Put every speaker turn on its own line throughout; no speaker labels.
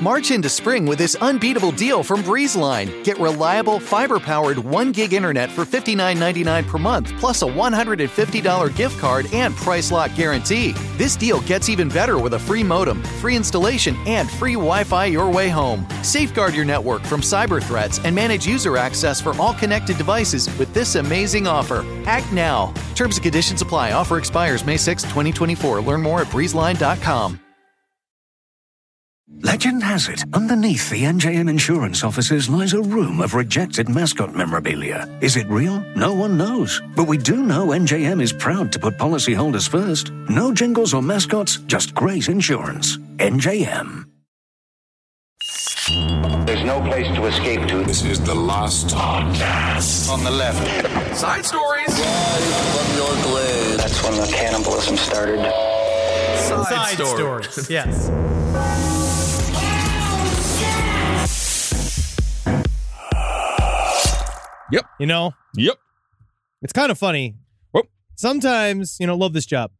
March into spring with this unbeatable deal from BreezeLine. Get reliable, fiber powered 1 gig internet for $59.99 per month, plus a $150 gift card and price lock guarantee. This deal gets even better with a free modem, free installation, and free Wi Fi your way home. Safeguard your network from cyber threats and manage user access for all connected devices with this amazing offer. Act now. Terms and conditions apply. Offer expires May 6, 2024. Learn more at breezeline.com.
Legend has it, underneath the NJM insurance offices lies a room of rejected mascot memorabilia. Is it real? No one knows. But we do know NJM is proud to put policyholders first. No jingles or mascots, just great insurance. NJM.
There's no place to escape to.
This is the last podcast on the left.
Side stories.
That's when the cannibalism started.
Side,
Side stories. Yes.
Yep.
You know,
Yep.
it's kind of funny.
Whoop.
Sometimes, you know, love this job.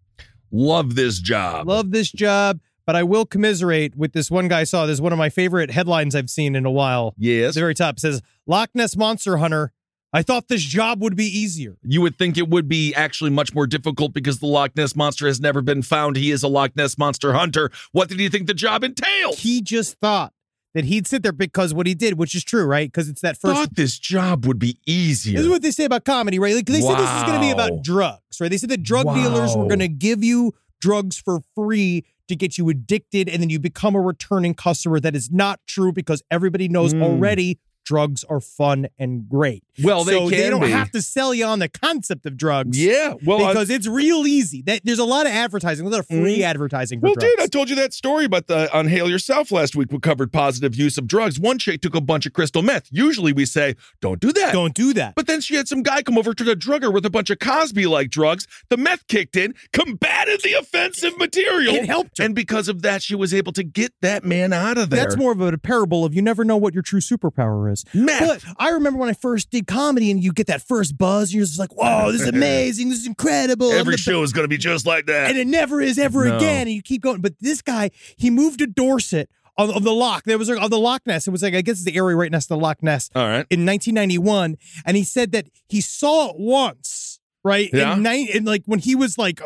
Love this job.
Love this job, but I will commiserate with this one guy I saw. This is one of my favorite headlines I've seen in a while. At
yes.
the very top it says Loch Ness Monster Hunter. I thought this job would be easier.
you would think it would be actually much more difficult because the Loch Ness monster has never been found. He is a Loch Ness monster hunter. What did you think the job entailed?
He just thought that he'd sit there because what he did, which is true, right? Because it's that first
Thought this job would be
This is
easier.
what they say about comedy, right? Like they said this is going to be
Wow.
about drugs, right? They said that drug dealers were
Wow.
going to give you drugs for free to get you addicted, and then you become a returning customer. That is not true because everybody knows
Mm.
already drugs are fun and great.
Well, they
so
can
they don't
be.
have to sell you on the concept of drugs.
Yeah. Well, I- Mm.
Because it's real easy. That there's a lot of advertising, a lot of free advertising for
Well,
drugs.
dude, I told you that story about the on Hail Yourself last week. We covered positive use of drugs. One chick took a bunch of crystal meth. Usually we say, don't do that.
don't do that.
But then she had some guy come over to the drugger with a bunch of Cosby like drugs. The meth kicked in, combated the offensive material.
It helped her.
And because of that, she was able to get that man out of there.
That's more of a parable of you never know what your true superpower is.
Meth.
But I remember when I first did comedy and you get that first buzz and you're just like, whoa, this is amazing. This is incredible. I'm
Every
the
show is going to be just like
be-"
that.
And it never is ever
No.
again. And you keep going. But this guy, he moved to Dorset of, of the Loch. There was like, of the Loch Ness. It was like, I guess it's the area right next to the Loch Ness
All right.
in 1991. And he said that he saw it once. Right,
Yeah.
in, nine, in like when he was like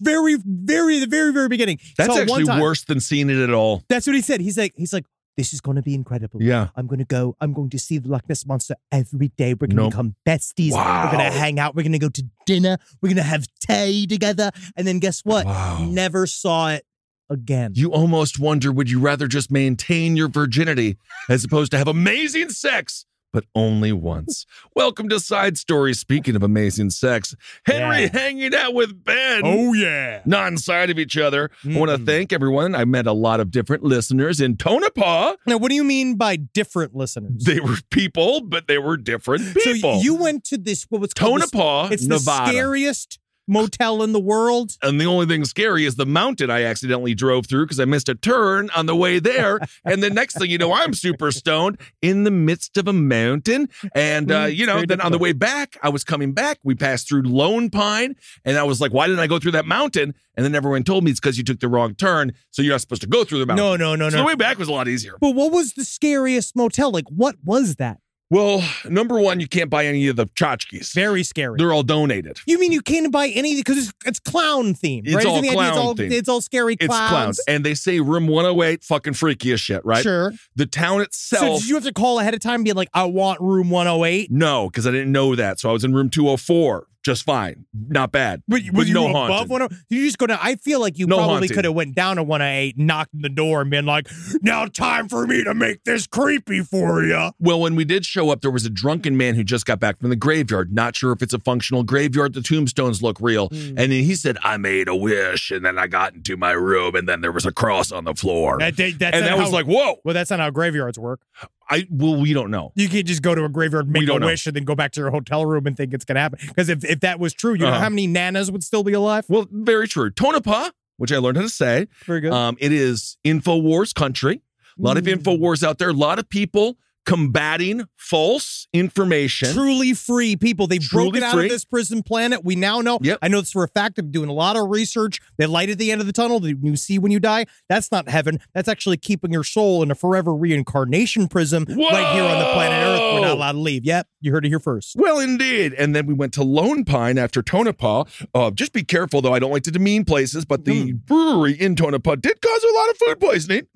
very, very, the very, very beginning. He
That's
saw it one
actually
time.
worse than seeing it at all.
That's what he said. He's like, he's like, this is gonna be incredible.
Yeah.
I'm gonna go. I'm going to see the Loch Ness monster every day. We're gonna
Nope.
become besties. We're gonna
Wow.
hang out. We're gonna go to dinner. We're gonna have tea together. And then guess what?
Wow.
Never saw it again.
You almost wonder would you rather just maintain your virginity as opposed to have amazing sex, but only once? Welcome to Side Stories. Speaking of amazing sex, Henry
Yeah. Oh,
hanging out with Ben.
yeah.
Not inside of each other. I want to
Mm.
thank everyone. I met a lot of different listeners in Tonopah.
Now, what do you mean by different listeners?
They were people, but they were different
so
people.
you went to this what was called this-
Tonopah,
It's
Nevada.
the scariest motel in the world.
and the only thing scary is the mountain I accidentally drove through because I missed a turn on the way there. and the next thing you know, I'm super stoned in the midst of a mountain. And, uh,
Mm,
you know,
very
then on the
difficult.
way back, I was coming back. We passed through Lone Pine and I was like, why didn't I go through that mountain? And then everyone told me it's because you took the wrong turn. So you're not supposed to go through the mountain.
No, no, no,
So
no.
the way back was a lot easier.
but what was the scariest motel? Like, what was that?
Well, number one, you can't buy any of the tchotchkes.
Very scary.
They're all donated.
You mean you can't buy any because it's, it's clown themed,
It's
right?
all
Isn't the idea
clown
it's all
themed.
it's all scary
It's
clowns.
clowns. And they say room 108, fucking freaky as shit, right?
Sure.
The town
So
itself.
did you have to call ahead of time and be like, I want room 108?
No, because I didn't know that. So I was in room 204. Just fine. Not bad.
But,
But
you
no
were above
haunted.
108? Did you just go down? I feel like you
No
probably
haunted.
could have went down to 108, knocked on the door, and been like, now time oh for me to make this creepy for you.
Uh, Well, when we did show up, there was a drunken man who just got back from the graveyard. Not sure if it's a functional graveyard. The tombstones look real. And then he said, I made a wish. And then I got into my room. And then there was a cross on the floor.
That, that, that's
and
not
that was
how-
like, whoa.
well, that's not how graveyards work.
I Well, we don't know.
You can't just go to a graveyard,
We
make a
don't know.
wish, and then go back to your hotel room and think it's going to happen. Because if, if that was true, you know
Uh-huh.
how many nanas would still be alive?
Well, very true. Tonopah, which I learned how to say.
Very good.
Um, it is InfoWars country. A lot of InfoWars out there. A lot of people combating false information.
Truly free people. They've
Truly
broken out
free.
of this prison planet. We now know.
Yep.
I know this for a fact. I'm doing a lot of research. They light at the end of the tunnel that you see when you die. That's not heaven. That's actually keeping your soul in a forever reincarnation prison right here on the planet Earth. We're not allowed to leave. Yep. You heard it here first.
Well, indeed. And then we went to Lone Pine after Tonopah. Uh, just be careful, though. I don't like to demean places, but the brewery in Tonopah did cause a lot of food poisoning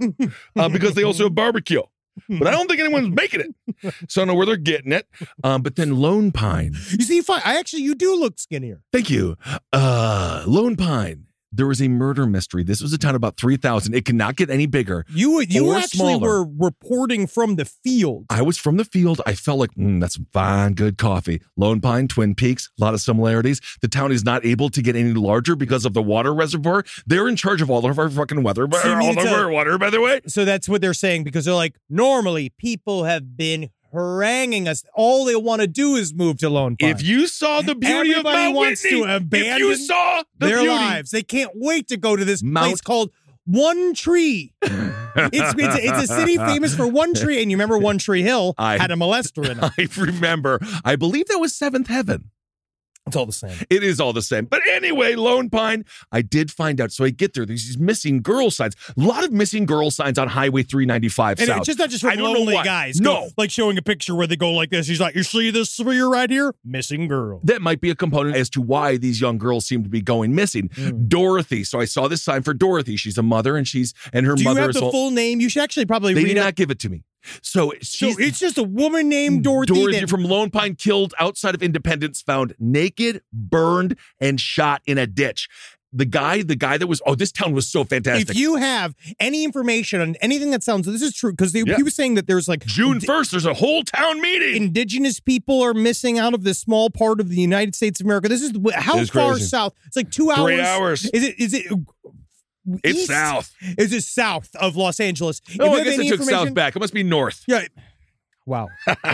uh, because they also have barbecue. But I don't think anyone's making it. So I don't know where they're getting it. Um, but then Lone Pine.
You see, fine. I actually, you do look skinnier.
Thank you. Uh, Lone Pine. There was a murder mystery. This was a town about 3,000. It could not get any bigger.
You you
Or
actually
smaller.
were reporting from the field.
I was from the field. I felt like, mm, that's some fine, good coffee. Lone Pine, Twin Peaks, a lot of similarities. The town is not able to get any larger because of the water reservoir. They're in charge of all of our fucking weather,
So you mean
all
to
of
tell-
our water, by the way.
So that's what they're saying because they're like, normally people have been haranguing us. All they want to do is move to Lone Pine.
If you saw the beauty
Everybody
of Mount
wants to
Whitney, if you
abandon
saw the
their
beauty,
lives, they can't wait to go to this
Mount-
place called One Tree. it's, it's, a, it's a city famous for One Tree, and you remember One Tree Hill
I-
had a molester in it.
I remember. I believe that was Seventh Heaven.
It's all the same.
It is all the same. But anyway, Lone Pine, I did find out. So I get there. There's these missing girl signs. A lot of missing girl signs on Highway 395
And
South.
it's just not just for
I don't know
lonely
why.
guys.
No.
Go- like showing a picture where they go like this. He's like, "You see this sphere right here? Missing girl."
that might be a component as to why these young girls seem to be going missing.
Hmm.
Dorothy. So I saw this sign for Dorothy. She's a mother, and she's and her
Do you
mother
have
is.
the
al-
full name? You should actually probably
they
read
did
out
not give it to me. So
So
she's
it's just a woman named Dorothy.
Dorothy
that-
from Lone Pine killed outside of Independence, found naked, burned, and shot in a ditch. The guy, the guy that was oh, this town was so fantastic.
if you have any information on anything that sounds, this is true because
Yeah.
he was saying that there's like
June
d-
first, there's a whole town meeting.
indigenous people are missing out of this small part of the United States of America. This is wh- how
It's
far
crazy.
south? It's like two hours.
Three hours.
Is it? Is it?
It's
east?
south.
Is it south of Los Angeles? If you
Oh, I
have
guess
any
it took
information-
south back. It must be north.
Yeah. Wow.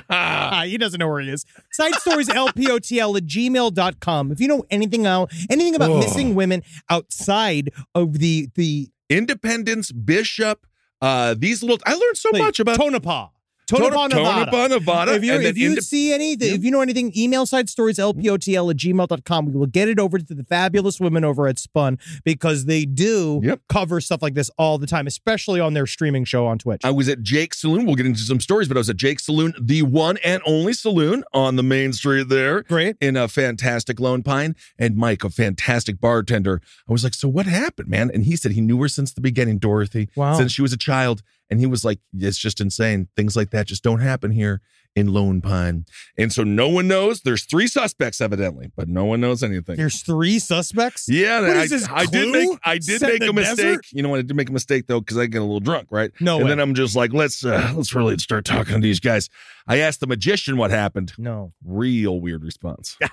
Ah, he doesn't know where he is. Side stories LPOTL at gmail.com. If you know anything out anything about
Oh.
missing women outside of the the
Independence, Bishop, uh, these little I learned so
like,
much about
Tonopah. Tonopah,
Tonopah,
Nevada.
Tonopah, Nevada,
If you,
and
if
then
you
indep-
see anything, if you know anything, email side stories
Mm-hmm.
LPOTL at gmail.com. We will get it over to the fabulous women over at Spun because they do
Yep.
cover stuff like this all the time, especially on their streaming show on Twitch.
I was at Jake's Saloon. We'll get into some stories, but I was at Jake's Saloon, the one and only saloon on the main street there.
Great.
In a fantastic Lone Pine. And Mike, a fantastic bartender. I was like, So what happened, man? And he said he knew her since the beginning, Dorothy.
Wow.
Since she was a child. And he was like, It's just insane. Things like that just don't happen here in Lone Pine. And so no one knows. There's three suspects, evidently, but no one knows anything.
There's three suspects.
yeah,
What
I,
is this,
I did
Clue?
make I did
Set in
make
the
a mistake.
desert?
You know what? I did make a mistake though because I get a little drunk, right?
No
And
way.
then I'm just like, let's uh, let's really start talking to these guys. I asked the magician what happened.
No.
Real weird response.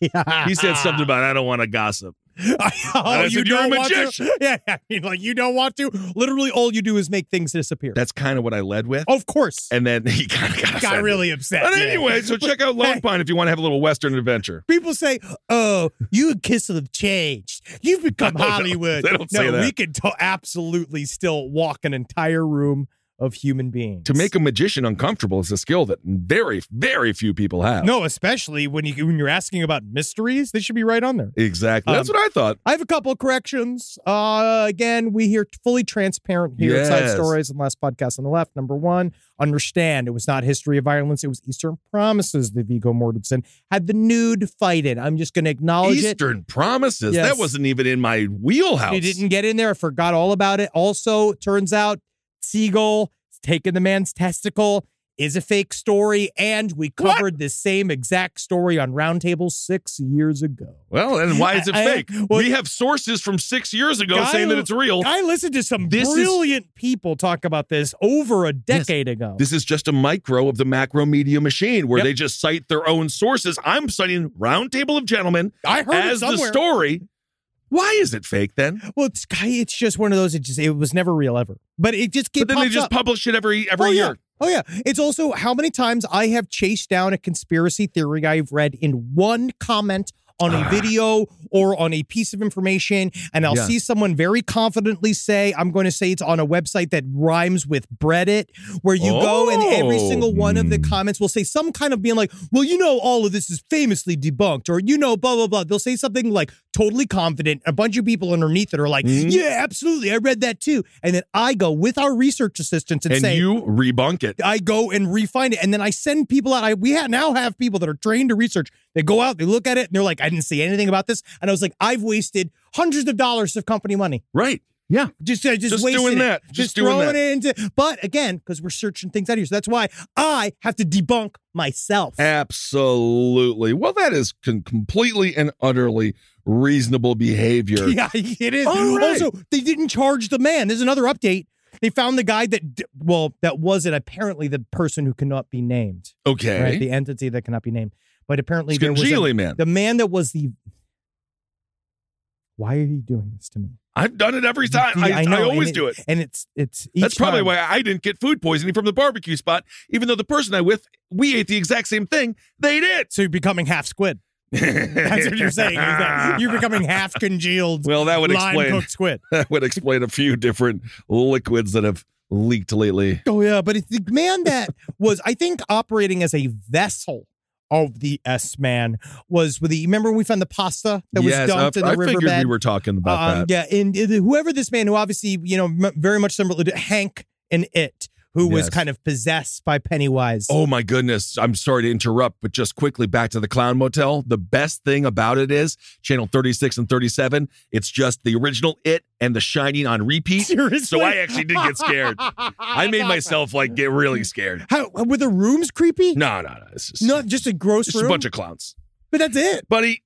He said something about I don't want to gossip.
oh,
I
you
said, "You're a
don't want to?"
magician.
Yeah, I mean, like you don't want to. Literally, all you do is make things disappear.
That's kind of what I led with.
of course.
And then he kind of got,
Oh. got
offended.
really upset.
But
yeah.
anyway, so check out Lone
Hey.
Pine if you want to have a little Western adventure.
People say, "Oh, you and Kissel have changed. You've become
No, no,
Hollywood."
they don't
no,
say that.
we can to- absolutely still walk an entire room of human beings
To make a magician uncomfortable is a skill that very, very few people have.
No, especially when you when you're asking about mysteries, they should be right on there.
exactly. That's
Um,
what I thought.
I have a couple of corrections. Uh, again, we here fully transparent here at
Yes.
Side Stories and Last Podcast on the Left. Number one, understand it was not history of violence; it was Eastern Promises. The Vigo Mortensen had the nude fight in. I'm just going to acknowledge it.
Eastern Promises.
Yes.
That wasn't even in my wheelhouse.
She didn't get in there. I forgot all about it. Also, turns out Siegel taking the man's testicle is a fake story, and we
What?
covered this same exact story on Roundtable six years ago.
Well, and why is it
I- I-
fake?
well-
we have sources from six years ago
Guy-
saying that it's real.
I listened to some
This is-
brilliant people talk about this over a decade ago.
this is just a micro of the macro media machine where
Yep.
they just cite their own sources. I'm citing Roundtable of Gentlemen
I heard it
as the
somewhere.
story. Why is it fake then?
well, it's it's just one of those. It just it was never real ever, but it just keeps.
But then they just publish it every every
oh,
year.
Yeah. Oh yeah. It's also how many times I have chased down a conspiracy theory I've read in one comment on a video or on a piece of information, and I'll
Ah. Yeah.
see someone very confidently say, I'm going to say it's on a website that rhymes with Reddit, where you go and every
Oh.
single one of the comments will say some kind of being like, well, you know, all of this is famously debunked, or you know, blah, blah, blah. They'll say something like totally confident. A bunch of people underneath it are like,
Mhm.
yeah, absolutely. I read that too. And then I go with our research assistants and,
and
say,
you rebunk it.
I go and refine it, and then I send people out. I we ha- now have people that are trained to research. They go out, they look at it, and they're like, "I didn't see anything about this." And I was like, "I've wasted hundreds of dollars of company money
Right. Yeah.
just I just,
Just
wasted
doing
it.
that.
just,
Just doing
throwing
that.
it into." But again, because we're searching things out here, so that's why I have to debunk myself.
Absolutely. Well, that is con- completely and utterly reasonable behavior.
Yeah, it is.
All right.
Also, they didn't charge the man. There's another update. They found the guy that, d- well, that wasn't apparently the person who cannot be named,
Okay.
right? The entity that cannot be named. But apparently, there was a,
Scongeely, man.
the man that was the why are you doing this to me
I've done it every time.
Yeah,
I, I,
know, and
always do it.
and it's it's each
That's probably
time-
why I didn't get food poisoning from the barbecue spot, even though the person I with, we ate the exact same thing. They did.
so you're becoming half squid that's what you're saying is that you're becoming half congealed
Well, that would
lime
explain
cooked squid
that would explain a few different liquids that have leaked lately.
oh yeah but it's the man that was i think operating as a vessel of the S man was with the remember when we found the pasta that was
Yes,
dumped
I,
in the
I
riverbed.
figured we were talking about
Um,
that.
yeah, and uh, whoever this man, who obviously you know m- very much similar to Hank and It, who was
Yes.
kind of possessed by Pennywise.
Oh my goodness. I'm sorry to interrupt, but just quickly back to the Clown Motel. The best thing about it is channel 36 and 37, it's just the original It and The Shining on repeat.
Seriously?
So I actually did get scared. I made myself like get really scared.
How were the rooms creepy?
No, no, no. It's just,
not just a gross
it's just
room.
a bunch of clowns.
but that's it.
Buddy,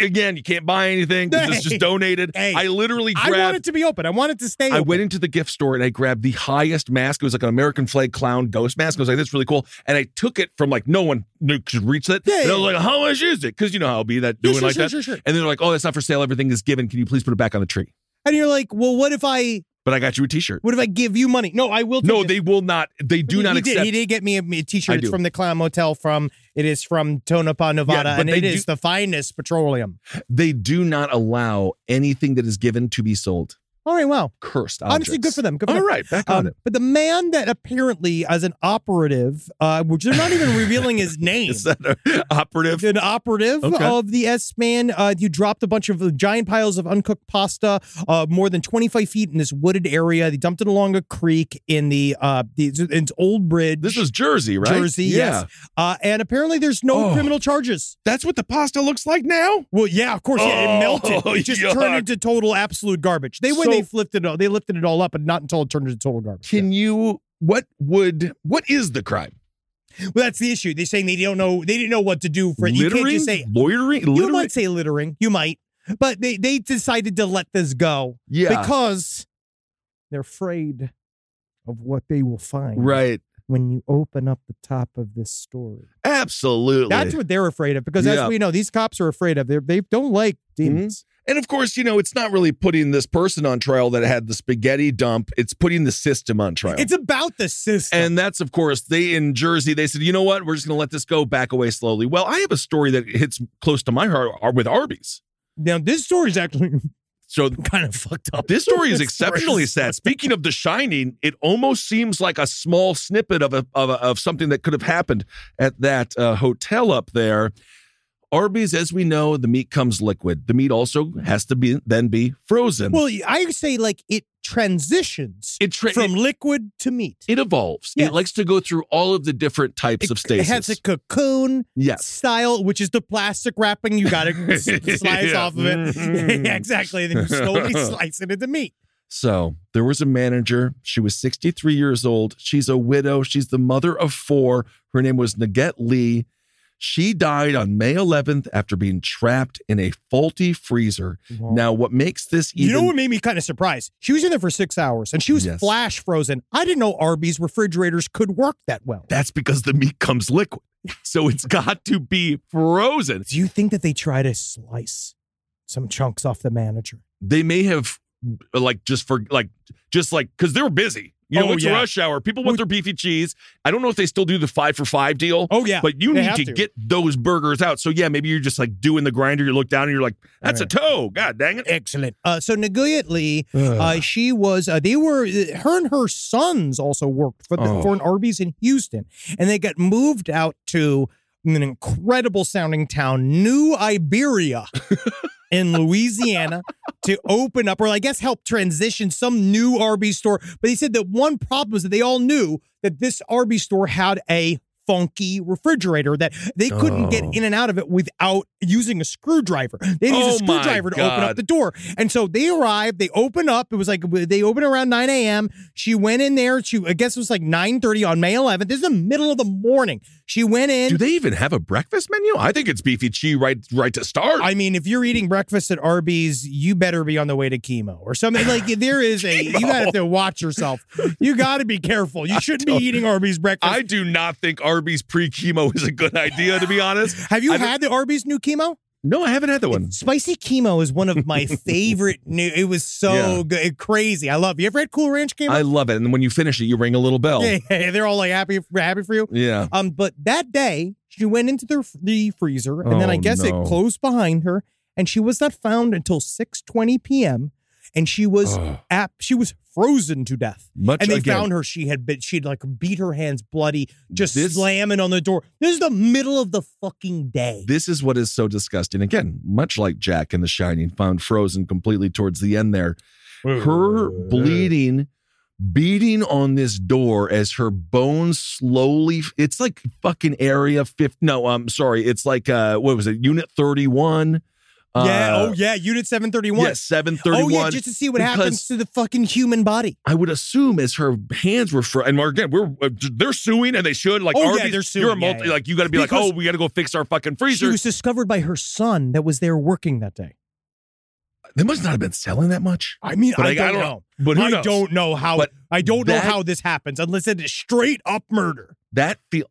again, you can't buy anything. 'cause This is
Hey.
just donated.
Hey.
I literally
I want
grabbed
it to be open. I want it to stay.
I
open.
went into the gift store and I grabbed the highest mask. It was like an American flag clown ghost mask. I was like, "That's really cool." And I took it from like no one knew could reach that.
Yeah,
and I was
yeah,
like, "How much is it?" Because you know how I'll be that
Yeah,
doing
sure,
like
sure,
that.
sure, sure.
And they're like, "Oh, that's not for sale. Everything is given. Can you please put it back on the tree?"
and you're like, well, what if I?
But I got you a T-shirt.
What if I give you money? No, I will. take
No,
it.
they will not. They do
He-
not
he
accept.
Did, he did get me a, a
I
T-shirt. It's
do.
from the Clown Motel. From it is from Tonopah, Nevada,
but
and
they
it is
do-
the finest petroleum.
They do not allow anything that is given to be sold.
All right, wow.
Cursed.
Honestly, good
objects.
for them. Good for
All
them.
right, back on
Um,
it.
but the man that apparently, as an operative, uh, which they're not even revealing his name,
Is that a operative?
an operative
Okay.
of the S man, uh, you dropped a bunch of giant piles of uncooked pasta, uh, more than 25 feet in this wooded area. They dumped it along a creek in the uh, the it's- it's old bridge,
This is Jersey, right?
Jersey. Yes, uh, and apparently there's no
Oh.
criminal charges.
That's what the pasta looks like now.
Well, yeah, of course, yeah, it melted.
Oh,
It just
yuck.
turned into total absolute garbage. They when
So-
they flipped it, all, they lifted it all up, and not until it turned into total garbage.
Can you? What would? What is the crime?
Well, that's the issue. They're saying they don't know. They didn't know what to do for it. You can't
littering,
just say.
loitering,
You
littering?
might say littering. You might, but they they decided to let this go
yeah,
because they're afraid of what they will find.
right,
when you open up the top of this story.
absolutely.
That's what they're afraid of because,
Yeah. Hmm?
as we know, these cops are afraid of. They're, they don't like demons.
and of course, you know, it's not really putting this person on trial that had the spaghetti dump. It's putting the system on trial.
It's about the system.
and that's of course they in Jersey. They said, you know what, we're just going to let this go back away slowly. Well, I have a story that hits close to my heart are with Arby's.
now this story's actually
So
kind of fucked up.
This story is
This
exceptionally
story's-
sad. Speaking of The Shining, it almost seems like a small snippet of a, of, a, of something that could have happened at that uh, hotel up there. Arby's, as we know, the meat comes liquid. The meat also has to be then be frozen.
Well, I say like it transitions
it tra-
from
it,
liquid to meat.
it evolves.
Yes.
It likes to go through all of the different types
It-
of stasis.
It has a cocoon
yes.
style, which is the plastic wrapping. You got to slice
Yeah.
off of it.
Mhm.
yeah, exactly. Then you slowly slice it into meat.
So there was a manager. She was 63 years old. She's a widow. She's the mother of four. Her name was Naget Lee. She died on May 11th after being trapped in a faulty freezer. Now, what makes this even
you know what made me kind of surprised? She was in there for six hours and she was
Yes.
flash frozen. I didn't know Arby's refrigerators could work that well.
that's because the meat comes liquid. So it's got to be frozen.
Do you think that they try to slice some chunks off the manager?
They may have like just for like just like because they were busy. You know,
Oh,
it's
yeah.
rush hour. People want their beefy cheese. I don't know if they still do the five for five deal.
Oh, yeah.
But you
They
need
have
to,
to.
get those burgers out. So yeah, maybe you're just like doing the grinder. You look down and you're like, that's a toe. God dang it.
Excellent. Uh, so Naguya Lee, uh, she was. Uh, they were. Her and her sons also worked for the
Oh.
for an Arby's in Houston, and they got moved out to an incredible sounding town, New Iberia. In Louisiana to open up, or I guess help transition some new Arby's store. But he said that one problem is that they all knew that this Arby's store had a funky refrigerator that they couldn't get
Oh.
in and out of it without using a screwdriver. They needed
Oh
a
my
screwdriver to open
God.
up the door. And so they arrived, they open up. It was like they open around 9 a.m. She went in there. She I guess it was like 9:30 on May 11th. This is the middle of the morning. She went in.
Do they even have a breakfast menu? I think it's beefy cheese right right to start.
I mean, if you're eating breakfast at Arby's, you better be on the way to chemo or something. Like there is a you gotta have to watch yourself. You gotta be careful. You shouldn't be eating Arby's breakfast.
I do not think Arby's pre chemo is a good idea, to be honest.
have you
I don't-
had the Arby's new chemo?
No, I haven't had that one.
Spicy chemo is one of my favorite new. It was so
Yeah.
good, crazy. I love. You ever had Cool Ranch chemo?
I love it. And when you finish it, you ring a little bell.
Yeah, yeah, yeah, they're all like happy, happy for you.
Yeah.
Um, but that day she went into the, the freezer, and then
Oh,
I guess
no.
it closed behind her, and she was not found until six twenty p.m. And she was
Ugh.
ap- she was frozen to death.
Much
and they
again,
found her. She had been she'd like beat her hands bloody, just
This-
slamming on the door. This is the middle of the fucking day.
This is what is so disgusting. Again, much like Jack in The Shining, found frozen completely towards the end there. Her bleeding, beating on this door as her bones slowly. It's like fucking area 50. No, I'm sorry. It's like, uh, what was it? Unit 31.
yeah.
Uh,
oh yeah. Unit seven thirty one.
yeah, 731.
Oh yeah. Just to see what
because-
happens to the fucking human body.
I would assume as her hands were fro- and we're- again we're uh, they're suing and they should like
Oh, yeah,
Arby's,
they're suing,
You're a
yeah,
multi
yeah.
like you got to be
Because-
like oh we got to go fix our fucking
She
freezer.
was discovered by her son that was there working that day.
they must not have been selling that much.
I mean,
But
I,
I- I
don't
don't-
know.
but who
I
knows?
don't know how.
But
I don't know
that-
how this happens unless it is straight up murder.
That feel.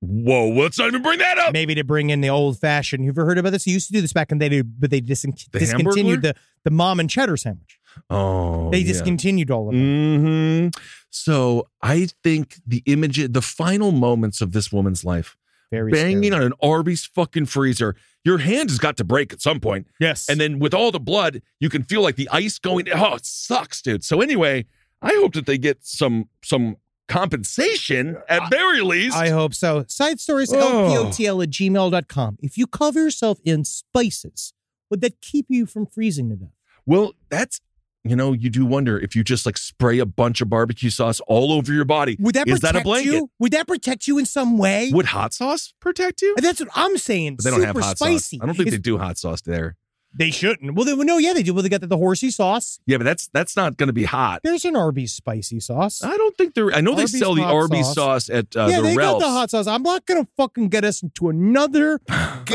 Whoa, let's not even bring that up.
Maybe to bring in the old fashioned. You've ever heard about this? You used to do this back in the day, but they disin-
The
discontinued
Hamburglar?
the the mom and cheddar sandwich.
Oh,
They
yeah.
discontinued all of it.
hmm So I think the image, the final moments of this woman's life,
Very
banging
scary.
on an Arby's fucking freezer. Your hand has got to break at some point.
yes,
And then with all the blood, you can feel like the ice going. Oh, it sucks, dude. So anyway, I hope that they get some some compensation at very least.
I hope so. Side stories
Oh.
lpotl at gmail.com. If you cover yourself in spices, would that keep you from freezing to death?
well, that's you know, you do wonder if you just like spray a bunch of barbecue sauce all over your body.
Would that
is
protect
that a blanket?
you? Would that protect you in some way?
Would hot sauce protect you?
That's what I'm saying.
But they don't
Super
have hot
spicy.
sauce. I don't think
It's
they do hot sauce there.
They shouldn't. Well, they, well, no, yeah, they do. Well, they got the, the horsey sauce.
Yeah, but that's that's not going to be hot.
There's an Arby's spicy sauce.
I don't think they're. I know
Arby's
they sell the
hot
Arby's
sauce.
sauce, at uh,
yeah,
Ah, the
they
Ralph's.
got the hot sauce. I'm not gonna fucking get us into another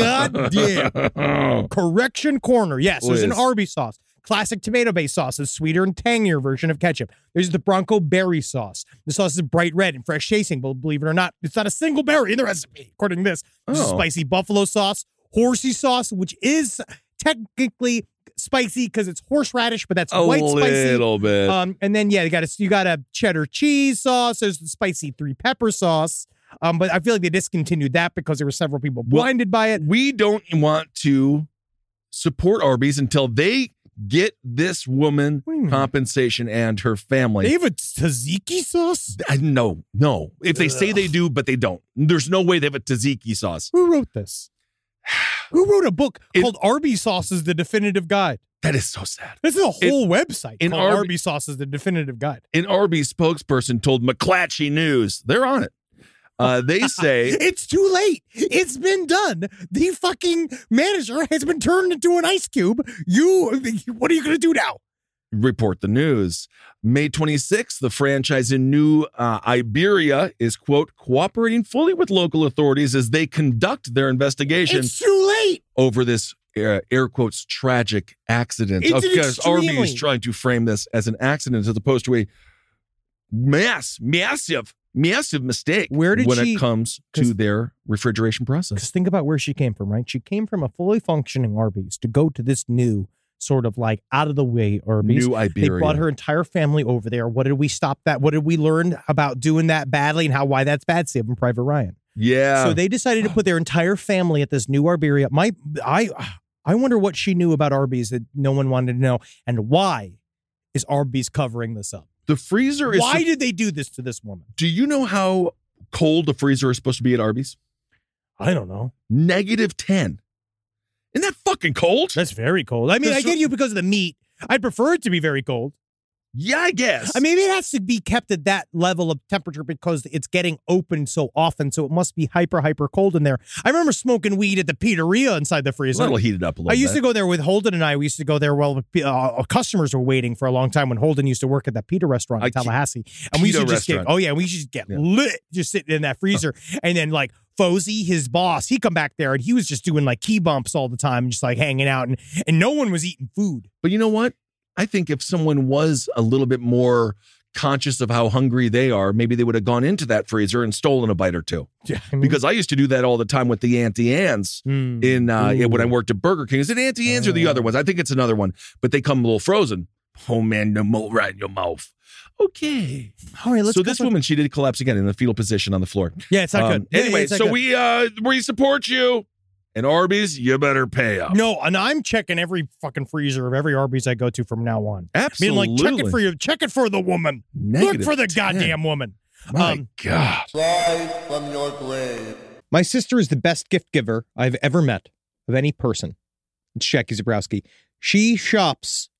goddamn correction corner. Yes, there's an
Please.
Arby's sauce. Classic tomato-based sauce, a sweeter and tangier version of ketchup. There's the Bronco berry sauce. The sauce is bright red and fresh tasting, but believe it or not, it's not a single berry in the recipe. According to this, There's a
Oh.
spicy buffalo sauce, horsey sauce, which is technically spicy because it's horseradish, but that's
a
white spicy.
little bit.
Um, and then yeah, you got a you got a cheddar cheese sauce. There's the spicy three pepper sauce. Um, but I feel like they discontinued that because there were several people
Well-
blinded by it.
we don't want to support Arby's until they get this woman
What do you mean?
compensation and her family.
They have a tzatziki sauce.
I- no, no. If they say they do, but they don't. There's no way they have a tzatziki sauce.
Who wrote this? Who wrote a book
It-
called Arby Sauce is the Definitive Guide?
That is so sad.
This is a
It-
whole website
in
called
Arby-
Arby Sauce is the Definitive Guide.
An Arby's spokesperson told McClatchy News, they're on it. Uh, they say
It's too late. It's been done. The fucking manager has been turned into an ice cube. You, what are you going to do now?
report the news. May 26th, the franchise in New uh, Iberia is, quote, cooperating fully with local authorities as they conduct their investigation
It's too late.
over this, uh, air quotes, tragic accident.
It's
of
an
course, Arby's
extremely-
trying to frame this as an accident as opposed to a mass, massive, massive mistake
Where did
when
she-
it comes
'cause-
to their refrigeration process.
Because think about where she came from, right? She came from a fully functioning Arby's to go to this new
sort of like out of the way Arby's.
New Iberia.
They brought her entire family over there. What did we stop that? What did we learn about doing that badly and how why that's bad? Saving Private Ryan.
Yeah.
So they decided to put their entire family at this new Arboria. My I I wonder what she knew about Arby's that no one wanted to know and why is Arby's covering this up?
the freezer is.
Why did they do this to this woman?
do you know how cold the freezer is supposed to be at Arby's?
I don't know.
Negative 10. Isn't that fucking cold?
That's very cold. I mean, I
That's-
get you because of the meat. I'd prefer it to be very cold.
yeah, I guess.
I mean, maybe it has to be kept at that level of temperature because it's getting open so often, so it must be hyper, hyper cold in there. I remember smoking weed at the pizzeria inside the
it's
freezer.
a little heated up a little
I used
bit.
to go there with Holden and I. We used to go there while uh, our customers were waiting for a long time when Holden used to work at that pita restaurant
I
in
keep-
Tallahassee. And we used to
pita
just get,
restaurant.
oh yeah, we used to get
Yeah.
lit just sitting in that freezer. and then like Fozy, his boss, he come back there and he was just doing like key bumps all the time, just like hanging out and, and no one was eating food.
But you know what? I think if someone was a little bit more conscious of how hungry they are, maybe they would have gone into that freezer and stolen a bite or two.
Yeah.
Because I used to do that all the time with the Auntie Anne's
hmm.
in uh,
Ooh.
when I worked at Burger King. Is it Auntie Anne's or the
Oh.
other ones? I think it's another one, but they come a little frozen. Oh man, the mold right in your mouth. Okay.
all right, let's
so
go
this
for-
woman, she did collapse again in the fetal position on the floor.
Yeah, it's not
Um,
good. Yeah, yeah,
Anyway,
it's not
so
good.
we uh we support you. And Arby's, you better pay up.
No, and I'm checking every fucking freezer of every Arby's I go to from now on. Being
absolutely.
like, check it for you, check it for the woman.
Negative
Look for the
10.
goddamn woman.
My
Um,
God.
My sister is the best gift giver I've ever met of any person. It's Jackie Zabrowski. She shops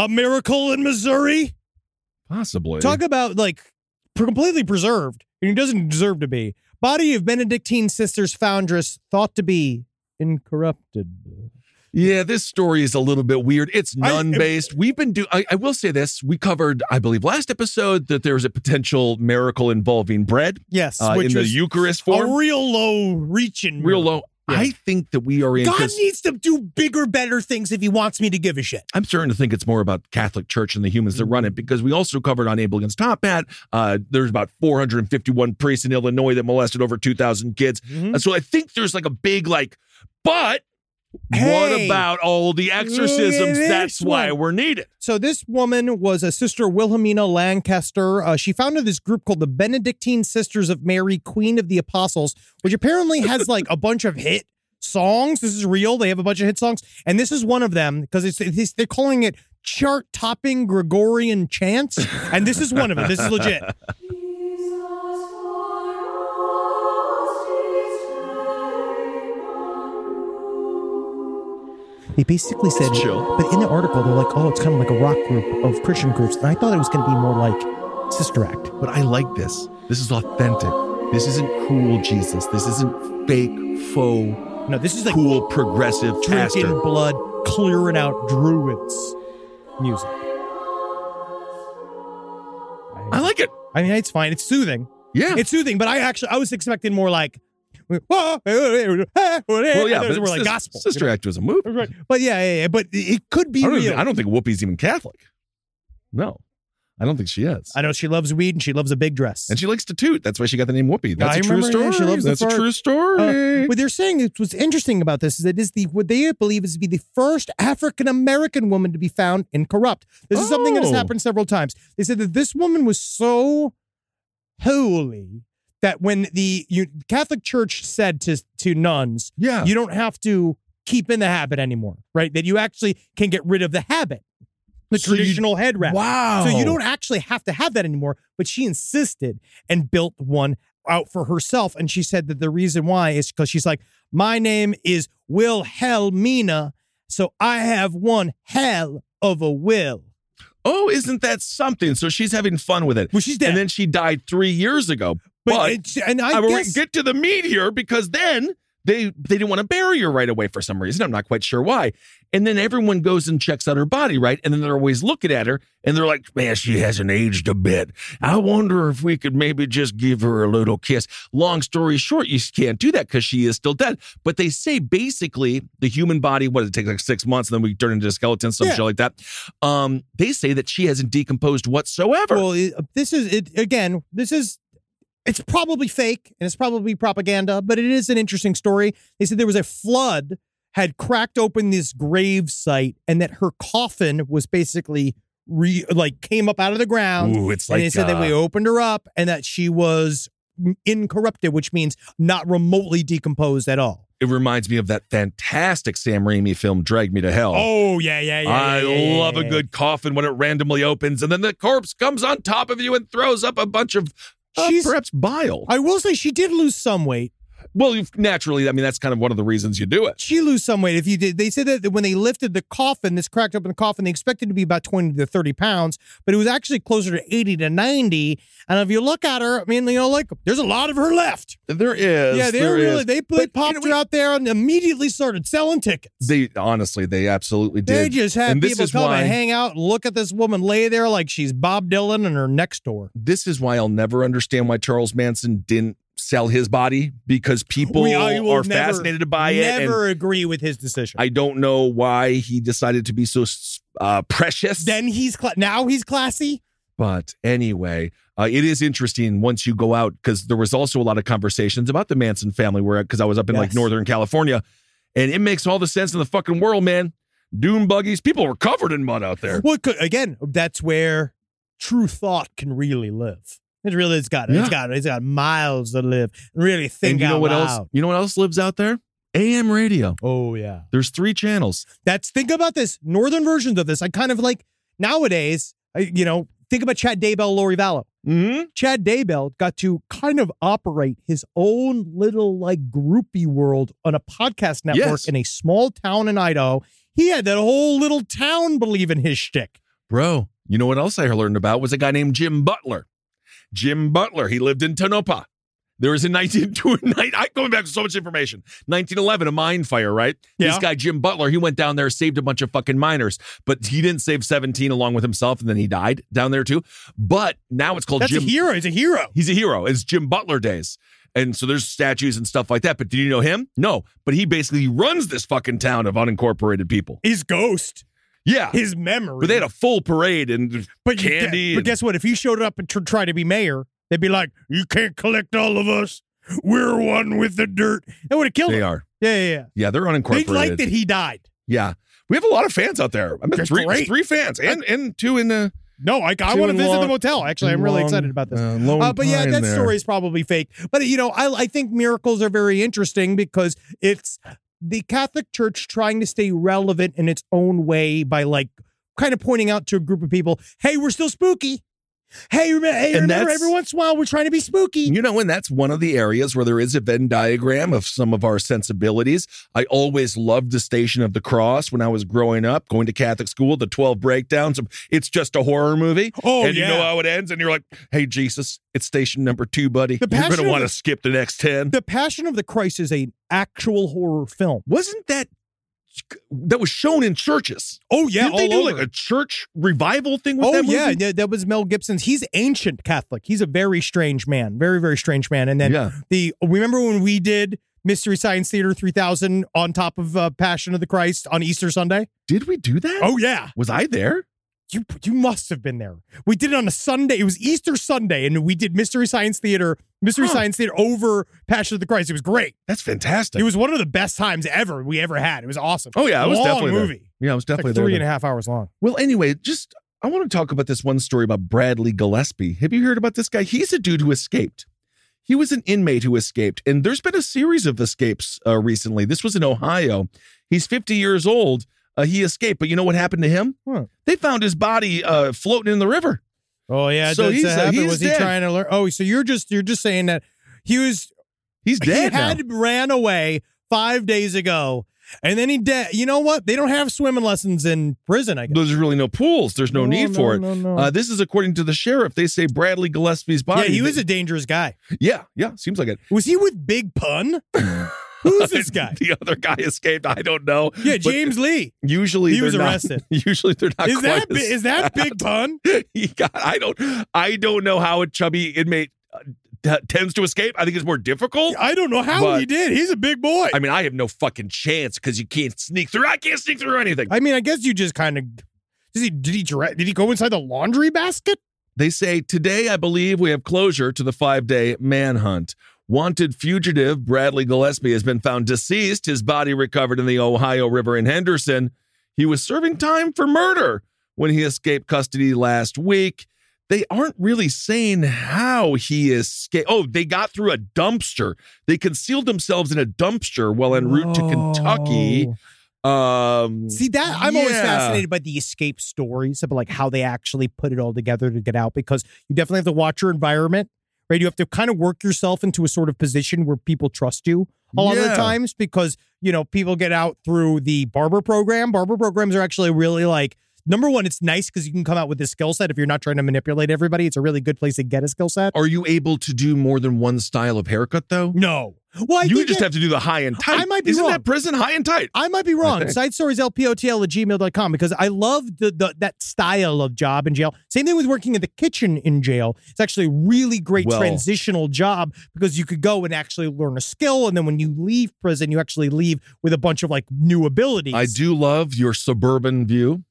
A miracle in Missouri?
Possibly.
Talk about like pr- completely preserved.
and he doesn't deserve to be. Body of Benedictine sisters foundress thought to be incorrupted.
Yeah, this story is a little bit weird. It's
I-
nun based. We've been do. I, I will say this: we covered, I believe, last episode that there was a potential miracle involving bread
Yes,
uh, in
which
the
was
Eucharist
a
form.
real low reaching,
Real low.
Oh, Yeah.
I think that we are in.
God
'cause
needs to do bigger, better things if he wants me to give a shit.
I'm starting to think it's more about Catholic Church and the humans that
Mm-hmm.
run it because we also covered on Abel Against Top Hat. Uh, there's about 451 priests in Illinois that molested over 2,000 kids.
Mm-hmm.
And so I think there's like a big like, but what
Hey,
about all the exorcisms?
this
That's why
one.
we're needed.
So this woman was a sister Wilhelmina Lancaster. Uh, she founded this group called the Benedictine Sisters of Mary, Queen of the Apostles, which apparently has like a bunch of hit songs. This is real. They have a bunch of hit songs, and this is one of them because it's, it's they're calling it chart-topping Gregorian chants, and this is one of them. This is legit. They basically said,
chill.
but in the article, they're like, oh, it's kind of like a rock group of Christian groups. And I thought it was going to be more like Sister Act.
But I like this. This is authentic. This isn't cool Jesus. This isn't fake, faux,
No, this is like
cool, progressive
drinking
pastor.
blood, clearing out druids music.
I like it.
I mean, it's fine. It's soothing.
Yeah.
It's soothing, but I actually, I was expecting more like, well, yeah,
well, yeah, but
more
it's-
like
this-
gospel.
Sister Act was a movie.
Right. But yeah, yeah, yeah, but it could be
I don't,
real.
even, I don't think Whoopi's even Catholic. No, I don't think she is.
I know she loves weed and she loves a big dress.
and she likes to toot. That's why she got the name Whoopi. That's
I
a true
remember,
story.
yeah, she loves the
That's a
fart.
true story.
Uh, what they're saying is what's interesting about this is it is the what they believe is to be the first African American woman to be found incorrupt. This is something that has
Oh.
happened several times. They said that this woman was so holy that when the you, Catholic Church said to to nuns,
yeah.
you don't have to keep in the habit anymore, right? That you actually can get rid of the habit, the
So you-
traditional head wrap.
wow.
So you don't actually have to have that anymore. But she insisted and built one out for herself. And she said that the reason why is because she's like, my name is Wilhelmina. So I have one hell of a will.
Oh, isn't that something? So she's having fun with it.
Well, she's dead.
And then she died three years ago.
but,
But
it's- and I,
I, will
guess,
get to the meteor because then they they didn't want to bury her right away for some reason. I'm not quite sure why. And then everyone goes and checks out her body, right? And then they're always looking at her and they're like, man, she hasn't aged a bit. I wonder if we could maybe just give her a little kiss. Long story short, you can't do that because she is still dead. But they say basically the human body, what does it take like six months and then we turn into skeletons, some
Yeah.
shit like that. Um, they say that she hasn't decomposed whatsoever.
well, it- uh, this is it again. This is it's probably fake and it's probably propaganda, but it is an interesting story. They said there was a flood had cracked open this grave site and that her coffin was basically re like came up out of the ground.
Ooh, it's
and they said that
uh,
we opened her up and that she was incorrupted, which means not remotely decomposed at all.
it reminds me of that fantastic Sam Raimi film, Drag Me to Hell.
Oh yeah, yeah, yeah.
I
yeah, yeah, yeah,
love a
yeah.
good coffin when it randomly opens and then the corpse comes on top of you and throws up a bunch of uh,
She's-
perhaps bile.
I will say she did lose some weight.
well, you've, naturally, I mean, that's kind of one of the reasons you do it.
She lose some weight if you did. They said that when they lifted the coffin, this cracked open coffin, they expected to be about twenty to thirty pounds, but it was actually closer to eighty to ninety. And if you look at her, I mean, you know, like there's a lot of her left.
There is.
yeah, they
there
really
is.
they,
But,
they
you
popped
know,
her out there and immediately started selling tickets.
They honestly, they absolutely did.
They just have
and this
people
is
come
why,
and hang out and look at this woman lay there like she's Bob Dylan and her next door.
This is why I'll never understand why Charles Manson didn't sell his body because people
We- I will
are
never-
fascinated by it. and
Never agree with his decision.
I don't know why he decided to be so uh, precious.
then he's cla now he's classy.
But anyway, uh, it is interesting once you go out because there was also a lot of conversations about the Manson family where because I was up in like
Yes.
Northern California, and it makes all the sense in the fucking world, man. Dune buggies, people were covered in mud out there.
Well, it could, again, that's where true thought can really live. It really has got
Yeah.
it's got it's got miles to live. Really think
and you know
out
what
loud.
else? You know what else lives out there? AM radio.
Oh yeah.
There's three channels.
That's think about this northern versions of this. I kind of like nowadays, I, you know, think about Chad Daybell, Lori Vallow.
Mm-hmm.
Chad Daybell got to kind of operate his own little like groupie world on a podcast network
Yes.
in a small town in Idaho. He had that whole little town believe in his shtick.
Bro, you know what else I learned about was a guy named Jim Butler. Jim Butler. He lived in Tonopah. There was in 1929, I'm going back to so much information. 1911, a mine fire, right? This
Yeah.
guy, Jim Butler, he went down there, saved a bunch of fucking miners, but he didn't save 17 along with himself, and then he died down there too. But now it's called
That's
Jim.
a hero. He's a hero.
He's a hero. It's Jim Butler days. And so there's statues and stuff like that. But do you know him? No. But he basically runs this fucking town of unincorporated people.
His ghost.
Yeah.
His memory.
But they had a full parade and
but you-
candy.
but
and-
guess what? If you showed up and tr- tried to be mayor, they'd be like, "You can't collect all of us. We're one with the dirt." That would have killed
they
him.
are.
Yeah, yeah, yeah.
Yeah, they're unincorporated.
They'd like that he died.
Yeah. We have a lot of fans out there. I met
That's
three,
great.
three fans and, and two in the.
No, I, I
Two
want to
in
visit the
Long-
motel. Actually, I'm really
Long-
excited about this.
uh, Lone
Uh, but yeah,
Pine
that
there.
story is probably fake. But you know, I, I think miracles are very interesting because it's the Catholic Church trying to stay relevant in its own way by like kind of pointing out to a group of people, "Hey, we're still spooky. Hey, rem- hey
And
remember
that's-
every once in a while we're trying to be spooky."
You know, and that's one of the areas where there is a Venn diagram of some of our sensibilities. I always loved the Station of the Cross when I was growing up, going to Catholic school, the 12 breakdowns. of It's just a horror movie.
Oh,
And you know
yeah.
how it ends, and you're like, hey, Jesus, it's station number two, buddy.
The
you're going
Passion
to
of
want to
the-
skip the next 10.
the Passion of the Christ is an actual horror film.
Wasn't that. That was shown in churches.
Oh yeah,
Didn't they do like a church revival thing with
Oh
that movie?
yeah, yeah, that was Mel Gibson's. He's ancient Catholic. He's a very strange man, very very strange man. And then
Yeah.
the remember when we did Mystery Science Theater 3000 on top of uh, Passion of the Christ on Easter Sunday? Oh,
Did we do that?
yeah,
Was I there?
you you must have been there. We did it on a Sunday. It was Easter Sunday, and we did Mystery Science Theater, Mystery
Huh.
Science Theater over Passion of the Christ. It was great.
That's fantastic.
It was one of the best times ever we ever had. It was awesome.
oh yeah, I was
Long
definitely there.
movie.
Yeah, I was
It's
definitely
like
there.
three
then.
and a half hours long.
Well, anyway, just I want to talk about this one story about Bradley Gillespie. Have you heard about this guy? He's a dude who escaped. He was an inmate who escaped, and there's been a series of escapes uh, recently. This was in Ohio. He's 50 years old. Uh, he escaped, but you know what happened to him?
What?
They found his body uh, floating in the river.
Oh yeah, it
So
does
he's, uh,
happen.
he's
was
dead.
he trying to learn? Oh, so you're just you're just saying that he was
He's dead.
he
now.
had ran away five days ago, and then he dead. You know what? They don't have swimming lessons in prison. I guess.
There's really no pools. There's no, need for it.
No, no.
Uh, this is according to the sheriff. They say Bradley Gillespie's
yeah,
body.
he was a dangerous guy.
yeah, yeah. Seems like it.
Was he with Big Pun? Who's this guy?
the other guy escaped. I don't know.
Yeah,
But-
James Lee.
Usually
He
they're
was
not-
arrested.
Usually they're not.
Is that
quite
bi-
as-
is that Big Pun?
he got? I don't. I don't know how a chubby inmate uh, t- tends to escape. I think it's more difficult.
I don't know how
But-
he did. He's a big boy.
I mean, I have no fucking chance because you can't sneak through. I can't sneak through anything.
I mean, I guess you just kind of. Did he did he direct, did he go inside the laundry basket?
They say today, I believe we have closure to the five day manhunt. Wanted fugitive Bradley Gillespie has been found deceased, his body recovered in the Ohio River in Henderson. He was serving time for murder when he escaped custody last week. They aren't really saying how he escaped. Oh, they got through a dumpster. They concealed themselves in a dumpster while en route to Kentucky. Um,
See that I'm always
yeah.
fascinated by the escape stories of like how they actually put it all together to get out because you definitely have to watch your environment, right? You have to kind of work yourself into a sort of position where people trust you a lot of
Yeah.
the times because you know people get out through the barber program. Barber programs are actually really like number one, it's nice because you can come out with a skill set if you're not trying to manipulate everybody. It's a really good place to get a skill set.
Are you able to do more than one style of haircut, though?
No, well, I
you
think
just
it-
have to do the high and tight.
I might be
Isn't
wrong.
that prison high and tight?
I might be
I
wrong.
think.
Side stories LPOTL at gmail.com because I love the, the that style of job in jail. Same thing with working in the kitchen in jail. It's actually a really great
Well-
transitional job because you could go and actually learn a skill. And then when you leave prison, you actually leave with a bunch of like new abilities.
I do love your suburban view,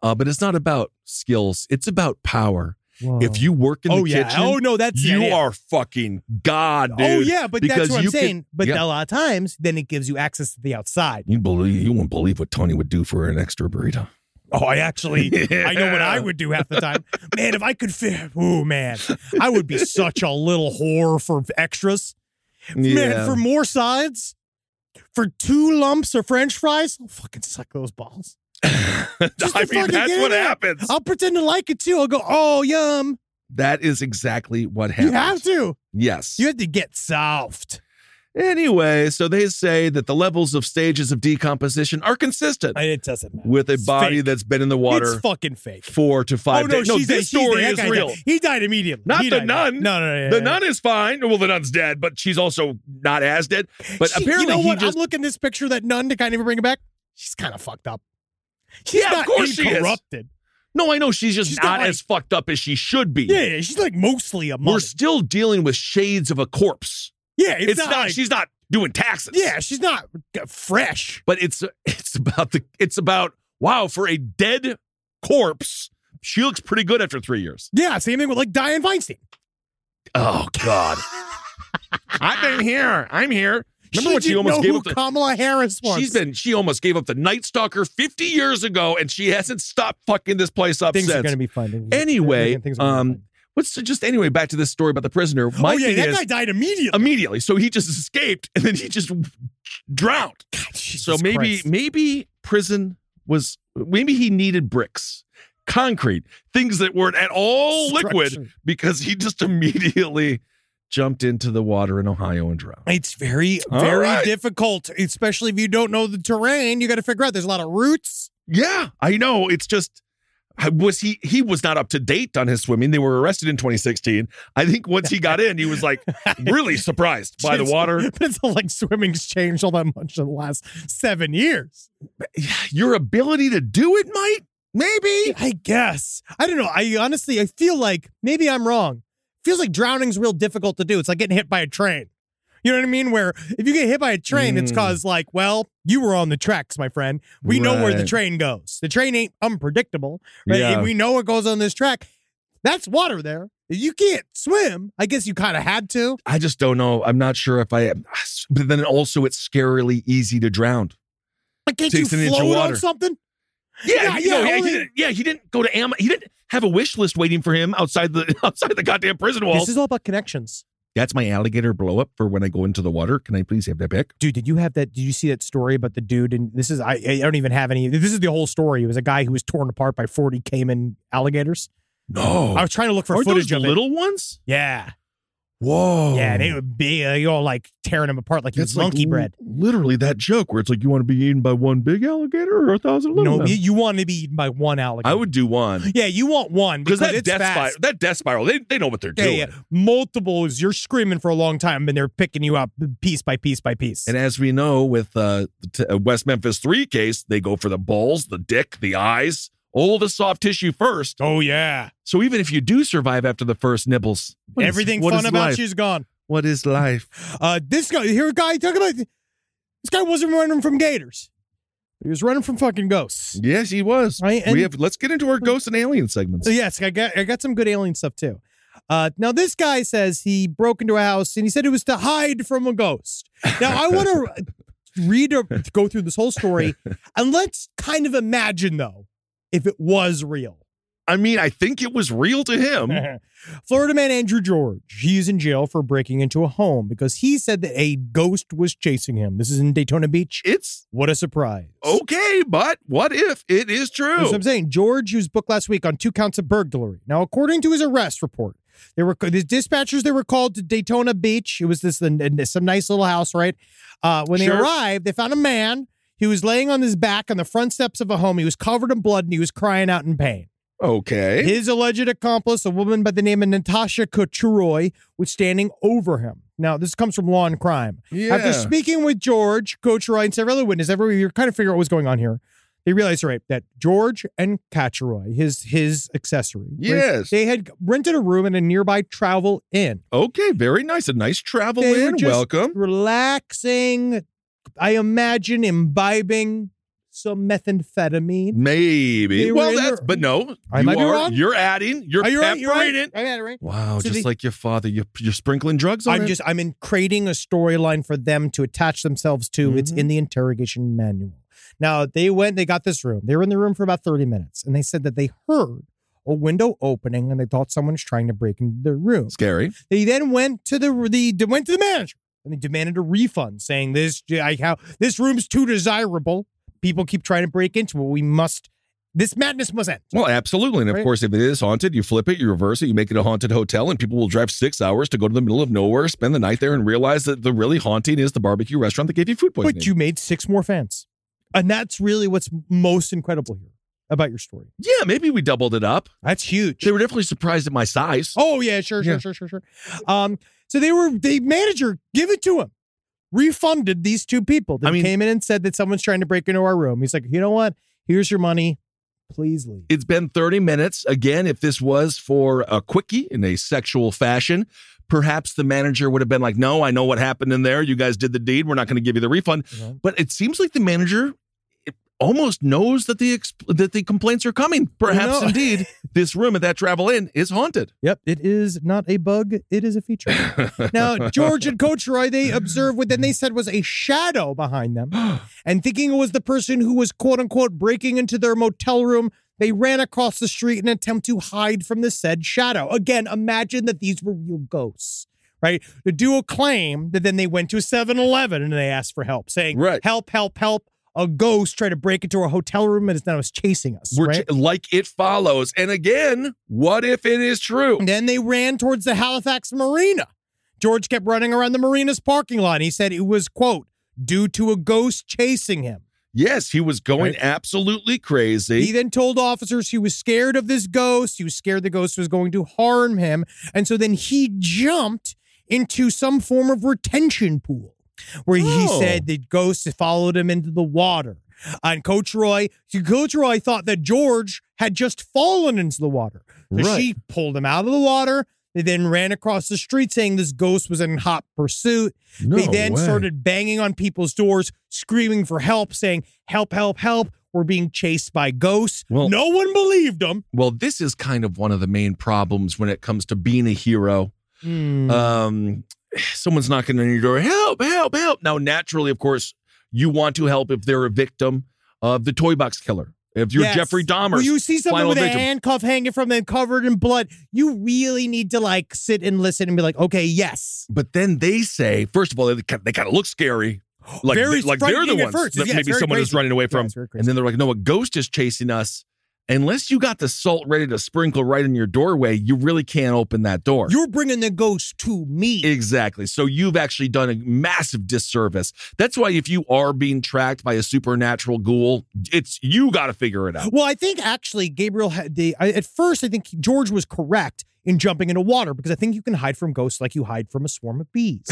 uh, but it's not about skills. It's about power.
Whoa.
If you work in the
oh, yeah.
kitchen,
Oh, no, that's
you
yeah, yeah.
are fucking God, dude.
Oh, yeah, but that's
because
what I'm
you could-
saying. but
yeah.
a lot of times, then it gives you access to the outside.
You believe you won't believe what Tony would do for an extra burrito.
Oh, I actually, I know what I would do half the time. Man, if I could fit, oh man, I would be such a little whore for extras. Man, for more sides, for two lumps of French fries, I'll fucking suck those balls. just to
I mean
fucking
that's
get
what
it out.
happens.
I'll pretend to like it too. I'll go, oh yum.
That is exactly what happens.
You have to.
Yes.
You have to get soft.
Anyway, so they say that the levels of stages of decomposition are consistent
It doesn't matter.
with a
It's
body
fake.
that's been in the water
It's fucking fake.
four to five
oh no,
days. No,
she's
this
dead. She's
story
dead.
is
That guy
real.
Died. He died immediately.
Not
He
the
died.
nun.
No, no, no. yeah,
the
yeah.
nun is fine. Well, the nun's dead, but she's also not as dead. But
She-
apparently,
you know
he
what?
just
I'm looking at this picture of that nun to kind of bring it back. She's kind of fucked up. She's
Yeah, of
not
course she is.
incorrupted.
no. I know she's just
She's
not
not like-
as fucked up as she should be.
Yeah, yeah, she's like mostly a
We're
mummy.
still dealing with shades of a corpse.
Yeah,
It's,
it's,
not.
like-
she's not doing taxes.
yeah, she's not uh, fresh.
but it's it's about the it's about wow for a dead corpse. She looks pretty good after three years.
Yeah, same thing with like Diane Weinstein.
Oh God, I've been here. I'm here. Remember
she
when she
didn't
almost
know
gave
who
up the
Kamala Harris was.
She's been she almost gave up the Night Stalker 50 years ago, and she hasn't stopped fucking this place up
things
since.
are going to be fun. Things-
anyway,
things are gonna be
um,
fun.
what's just anyway back to this story about the prisoner.
oh
My
yeah,
thing
that
is
guy died immediately.
immediately, so he just escaped and then he just drowned. so
Jesus
maybe
Christ.
maybe prison was maybe he needed bricks. Concrete, things that weren't at all liquid
Structure.
because he just immediately jumped into the water in Ohio and drowned.
It's very,
All
very
right.
difficult, especially if you don't know the terrain. You got to figure out. There's a lot of roots.
Yeah, I know. It's just I- was he he was not up to date on his swimming. They were arrested in 2016. I think once he got in, he was like really surprised by the
Just-
water.
But it's not like swimming's changed all that much in the last seven years.
Your ability to do it might maybe.
I guess. I don't know. I honestly, I feel like maybe I'm wrong. Feels like drowning's real difficult to do. It's like getting hit by a train. You know what I mean? Where if you get hit by a train, it's
Mm.
cause like, well, you were on the tracks, my friend. We know where the
Right.
train goes. The train ain't unpredictable. Right?
Yeah.
We know what goes on this track. That's water there. If you can't swim, I guess you kind of had to.
I just don't know. I'm not sure if I. But then also, it's scarily easy to drown.
Like, can't
Takes
you
an inch of
float on
water.
something?
Yeah,
Yeah,
you know,
yeah,
yeah,
only-
he didn't, yeah. He didn't go to Am. He didn't have a wish list waiting for him outside the outside the goddamn prison
This
walls.
is all about connections.
That's my alligator blow up for when I go into the water. Can I please have that back?
dude did you have that did you see that story about the dude and this is i, I don't even have any this is the whole story it was a guy who was torn apart by 40 cayman alligators
No.
i was trying to look for
Aren't
footage
Oh. those
of it
little ones?
yeah
Whoa.
yeah they would be uh, you all like tearing him apart like he was
like
monkey
li-
bread
Literally that joke where it's like you want to be eaten by one big alligator or a thousand little.
no
ones.
you, you want to be eaten by one alligator
I would do one
yeah you want one
because
because
that
it's
death spiral.
fast
That death spiral. They, they know what they're
yeah,
doing.
yeah. multiple is you're screaming for a long time and they're picking you up piece by piece by piece
And as we know with uh, the t- uh, West Memphis three case, they go for the balls, the dick, the eyes, all the soft tissue first.
oh yeah
So even if you do survive after the first nibbles, what is-
everything
what
fun
is
about
life?
you is gone
What is life?
Uh, this guy here, a guy talking about this guy wasn't running from gators. He was running from fucking ghosts.
Yes, he was.
Right, and-
we have. Let's get into our ghosts and alien segments.
So yes, I got I got some good alien stuff too. Uh, now this guy says he broke into a house and he said it was to hide from a ghost. Now I want to read or go through this whole story and let's kind of imagine though if it was real.
I mean, I think it was real to him.
Florida man Andrew George, he's in jail for breaking into a home because he said that a ghost was chasing him. This is in Daytona Beach.
it's
What a surprise.
okay, but what if it is true?
That's what I'm saying. George was booked last week on two counts of burglary. Now, according to his arrest report, they were the dispatchers. They were called to Daytona Beach. It was this some nice little house, right? Uh, when they
Sure.
arrived, they found a man. He was laying on his back on the front steps of a home. He was covered in blood and he was crying out in pain.
Okay.
His alleged accomplice, a woman by the name of Natasha Kuchuroy, was standing over him. Now, this comes from Law and Crime. After speaking with George, Coach Roy, and several other witnesses, everybody, you're kind of figuring out what's going on here. They realized, right, that George and Cacheroy, his his accessory, right,
Yes.
they had rented a room in a nearby travel inn.
okay, very nice. A nice travel
They were
in.
just
Welcome.
relaxing. I imagine imbibing some methamphetamine.
Maybe.
They were
Well,
in
that's
their-
but no.
I
you
might be
are,
wrong.
You're adding. You're
Are you right?
peppering
You're right.
it.
I got it right.
Wow,
So
just
the-
like your father, you're, you're sprinkling drugs on
I'm
it?
just I'm in creating a storyline for them to attach themselves to. It's
Mhm.
in the interrogation manual. Now they went, they got this room. They were in the room for about 30 minutes, and they said that they heard a window opening and they thought someone was trying to break into their room.
scary.
They then went to the the they went to the manager and they demanded a refund, saying this I, how this room's too desirable. People keep trying to break into it. We must This madness must end.
Well, absolutely. And of
Right.
course, if it is haunted, you flip it, you reverse it, you make it a haunted hotel, and people will drive six hours to go to the middle of nowhere, spend the night there, and realize that the really haunting is the barbecue restaurant that gave you food poisoning.
But you made six more fans. And that's really what's most incredible here about your story.
yeah, maybe we doubled it up.
That's huge.
They were definitely surprised at my size.
Oh yeah, sure, sure,
Yeah.
sure, sure, sure. Um, so they were the manager, give it to him, refunded these two people that
I mean-
came in and said that someone's trying to break into our room. He's like, you know what? Here's your money. Please leave.
It's been 30 minutes. Again, if this was for a quickie in a sexual fashion, perhaps the manager would have been like, No, I know what happened in there. You guys did the deed. We're not going to give you the refund.
Mhm.
But it seems like the manager it almost knows that the exp- that the complaints are coming. Perhaps
No.
indeed, this room at that travel inn is haunted.
Yep, it is not a bug. It is a feature. now, George and Coach Roy, they observed what then they said was a shadow behind them, and thinking it was the person who was quote unquote breaking into their motel room. They ran across the street in an attempt to hide from the said shadow. Again, imagine that these were real ghosts, right? The duo claim that then they went to a 7 Eleven and they asked for help, saying,
Right.
Help, help, help. A ghost tried to break into our hotel room and it's now it's chasing us.
We're
right?
j- like it follows. And again, what if it is true?
And then they ran towards the Halifax Marina. George kept running around the marina's parking lot. And he said it was, quote, due to a ghost chasing him.
Yes, he was going
Right.
absolutely crazy.
He then told officers he was scared of this ghost. He was scared the ghost was going to harm him. And so then he jumped into some form of retention pool where he
Oh.
said the ghost followed him into the water. And Coach Roy, see, Coach Roy thought that George had just fallen into the water. So
Right.
she pulled him out of the water. They then ran across the street saying this ghost was in hot pursuit.
No
they then
way.
started banging on people's doors, screaming for help, saying, Help, help, help. We're being chased by ghosts.
Well-
no one believed them.
Well, this is kind of one of the main problems when it comes to being a hero.
Mm-hmm.
Um, someone's knocking on your door, help, help, help. Now, naturally, of course, you want to help if they're a victim of the toy box killer. If you're
Yes.
Jeffrey
Or
Dahmer,
you see someone
final
with
victim.
a handcuff hanging from them covered in blood. You really need to like sit and listen and be like, okay, yes.
But then they say, first of all, they, ki- they kind of look scary. Like,
Very
they, like they're the
frightening at
ones
first.
that
Yeah, it's
maybe
very
someone is
crazy.
running away
Yeah,
from.
it's very crazy.
and then they're like, no, a ghost is chasing us. Unless you got the salt ready to sprinkle right in your doorway, you really can't open that door.
You're bringing the ghost to me.
Exactly. So you've actually done a massive disservice. That's why if you are being tracked by a supernatural ghoul, it's you got to figure it out.
Well, I think actually Gabriel had the I, at first I think George was correct in jumping into water because I think you can hide from ghosts like you hide from a swarm of bees.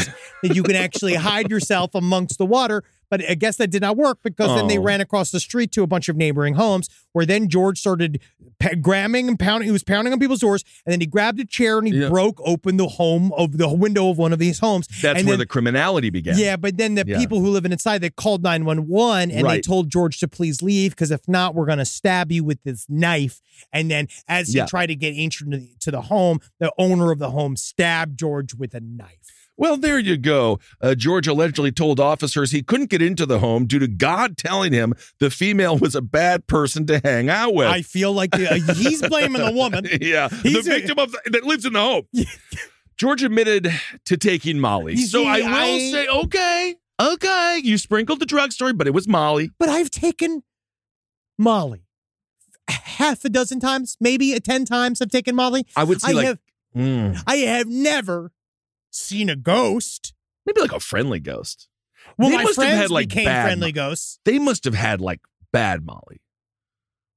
that you can actually hide yourself amongst the water, but I guess that did not work because then they
Oh.
ran across the street to a bunch of neighboring homes where then George started pe- grabbing and pounding he was pounding on people's doors and then he grabbed a chair and he
Yeah.
broke open the home of the window of one of these homes.
That's
and
where
then-
the criminality began.
yeah, but then the
Yeah.
people who live inside they called 911 and they
Right.
told George to please leave because if not, we're going to stab you with this knife. And then as he
Yeah.
tried to get entrance to the, to the home, the owner of the home stabbed George with a knife.
Well, there you go. Uh, George allegedly told officers he couldn't get into the home due to God telling him the female was a bad person to hang out with.
I feel like the, he's blaming the woman.
yeah, the
He's a-
victim of the, that lives in the home. George admitted to taking Molly.
You
so
see,
I will
I-
say, okay, okay, you sprinkled the drug story, but it was Molly.
But I've taken Molly half a dozen times, maybe a 10 times I've taken Molly.
I would say,
I
like,
have
mm.
I have never seen a ghost.
maybe like a friendly ghost.
Well,
They
my
must have
friends
had, like,
became
bad
friendly
mo-
ghosts.
They must have had like bad Molly.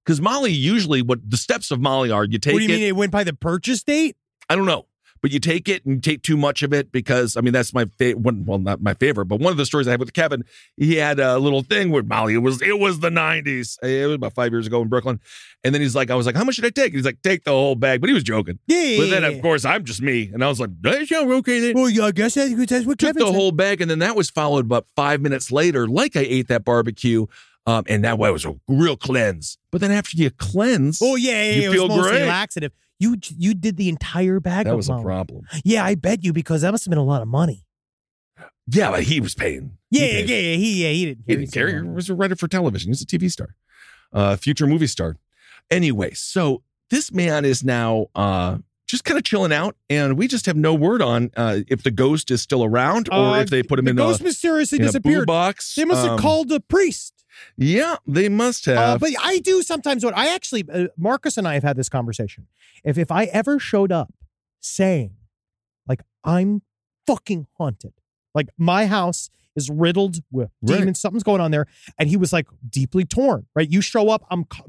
Because Molly usually what the steps of Molly are you take
what do you
it.
mean it went by the purchase date?
I don't know. But you take it and you take too much of it because I mean that's my favorite. One, well, not my favorite, but one of the stories I had with Kevin, he had a little thing with Molly. It was it was the '90s. It was about five years ago in Brooklyn, and then he's like, I was like, how much should I take? And he's like, take the whole bag. But he was joking.
Yeah.
But then of course I'm just me, and I was like, yeah, yeah, okay then.
Well, yeah, I guess that's, that's what
took
Kevin
the
said.
whole bag, and then that was followed about five minutes later, like I ate that barbecue, um, and that was a real cleanse. But then after you cleanse,
Oh yeah, yeah,
You
yeah, it was
feel
mostly
great.
laxative. You you did the entire bag.
that
of
was a
Molly.
problem.
Yeah, I bet you because that must have been a lot of money.
Yeah, but he was paying.
Yeah,
he
yeah,
paid.
yeah, he yeah he didn't.
He didn't care. He was a writer for television. He's a TV star, uh, future movie star. Anyway, so this man is now uh, just kind of chilling out, and we just have no word on uh, if the ghost is still around or
Uh,
if they put him
the
in a,
ghost mysteriously
in a boo
disappeared.
box.
They must have
Um,
called the priest.
Yeah, they must have.
Uh, but I do sometimes. What I actually, uh, Marcus and I have had this conversation. If if I ever showed up saying, like, I'm fucking haunted, like my house is riddled with
Right.
demons, something's going on there, and he was like deeply torn. Right? You show up, I'm. co-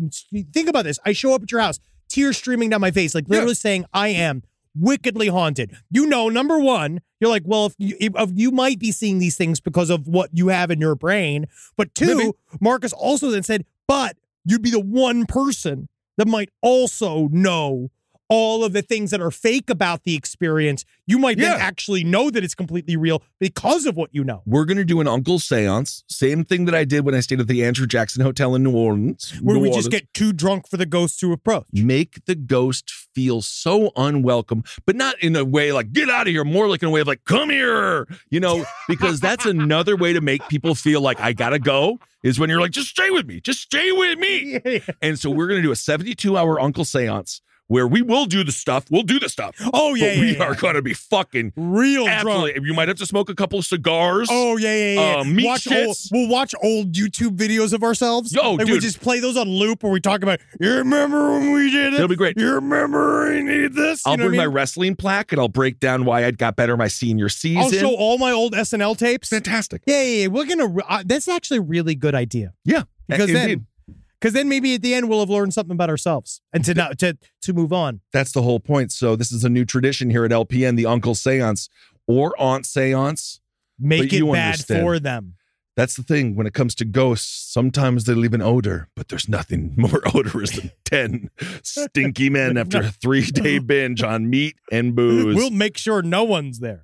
Think about this. I show up at your house, tears streaming down my face, like
Yeah.
literally saying, I am wickedly haunted. You know, number one, you're like, well, if you, if, if you might be seeing these things because of what you have in your brain, but two,
Maybe.
Marcus also then said, but you'd be the one person that might also know all of the things that are fake about the experience. You might then
Yeah.
actually know that it's completely real because of what you know.
We're going to do an uncle seance. Same thing that I did when I stayed at the Andrew Jackson Hotel in New Orleans.
Where
New
we
Orleans.
just get too drunk for the ghost to approach.
Make the ghost feel so unwelcome, but not in a way like, get out of here, more like in a way of like, come here, you know, because that's another way to make people feel like, I gotta go, is when you're like, just stay with me, just stay with me. And so we're going to do a 72 hour uncle seance where we will do the stuff, we'll do the stuff.
Oh yeah,
but
yeah,
we
yeah.
are going to be fucking
real drunk.
absolutely. You might have to smoke a couple of cigars.
Oh yeah, yeah, yeah.
Uh, meat
watch old,
shits.
we'll watch old YouTube videos of ourselves.
Yo,
and we
dude.
just play those on loop where we talk about. You remember when we did it?
It'll be great.
You remember I needed this. You
I'll
know what
bring
I
my
mean?
wrestling plaque and I'll break down why I got better my senior season.
I'll show all my old SNL tapes. Yeah,
Oh, Fantastic.
yeah, yeah. We're gonna. re- Uh, that's actually a really good idea
Yeah.
because
Indeed.
then, because then maybe at the end we'll have learned something about ourselves and to not to to move on.
that's the whole point. So this is a new tradition here at LPN, the uncle seance or aunt seance.
Make
But
it
you
bad
understand.
for them.
That's the thing when it comes to ghosts. Sometimes they leave an odor, but there's nothing more odorous than 10 stinky men after a three day binge on meat and booze.
We'll make sure no one's there.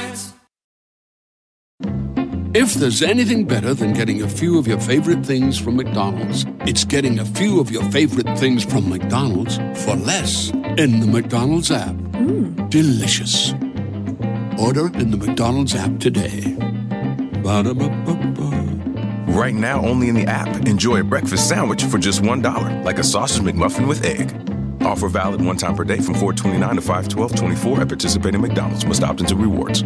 If there's anything better than getting a few of your favorite things from McDonald's, it's getting a few of your favorite things from McDonald's for less in the McDonald's app. Delicious. Order in the McDonald's app today. Ba-da-ba-ba-ba.
Right now, only in the app. Enjoy a breakfast sandwich for just $1, like a sausage McMuffin with egg. Offer valid one time per day from 429 to 51224 at participating McDonald's. Must opt into rewards.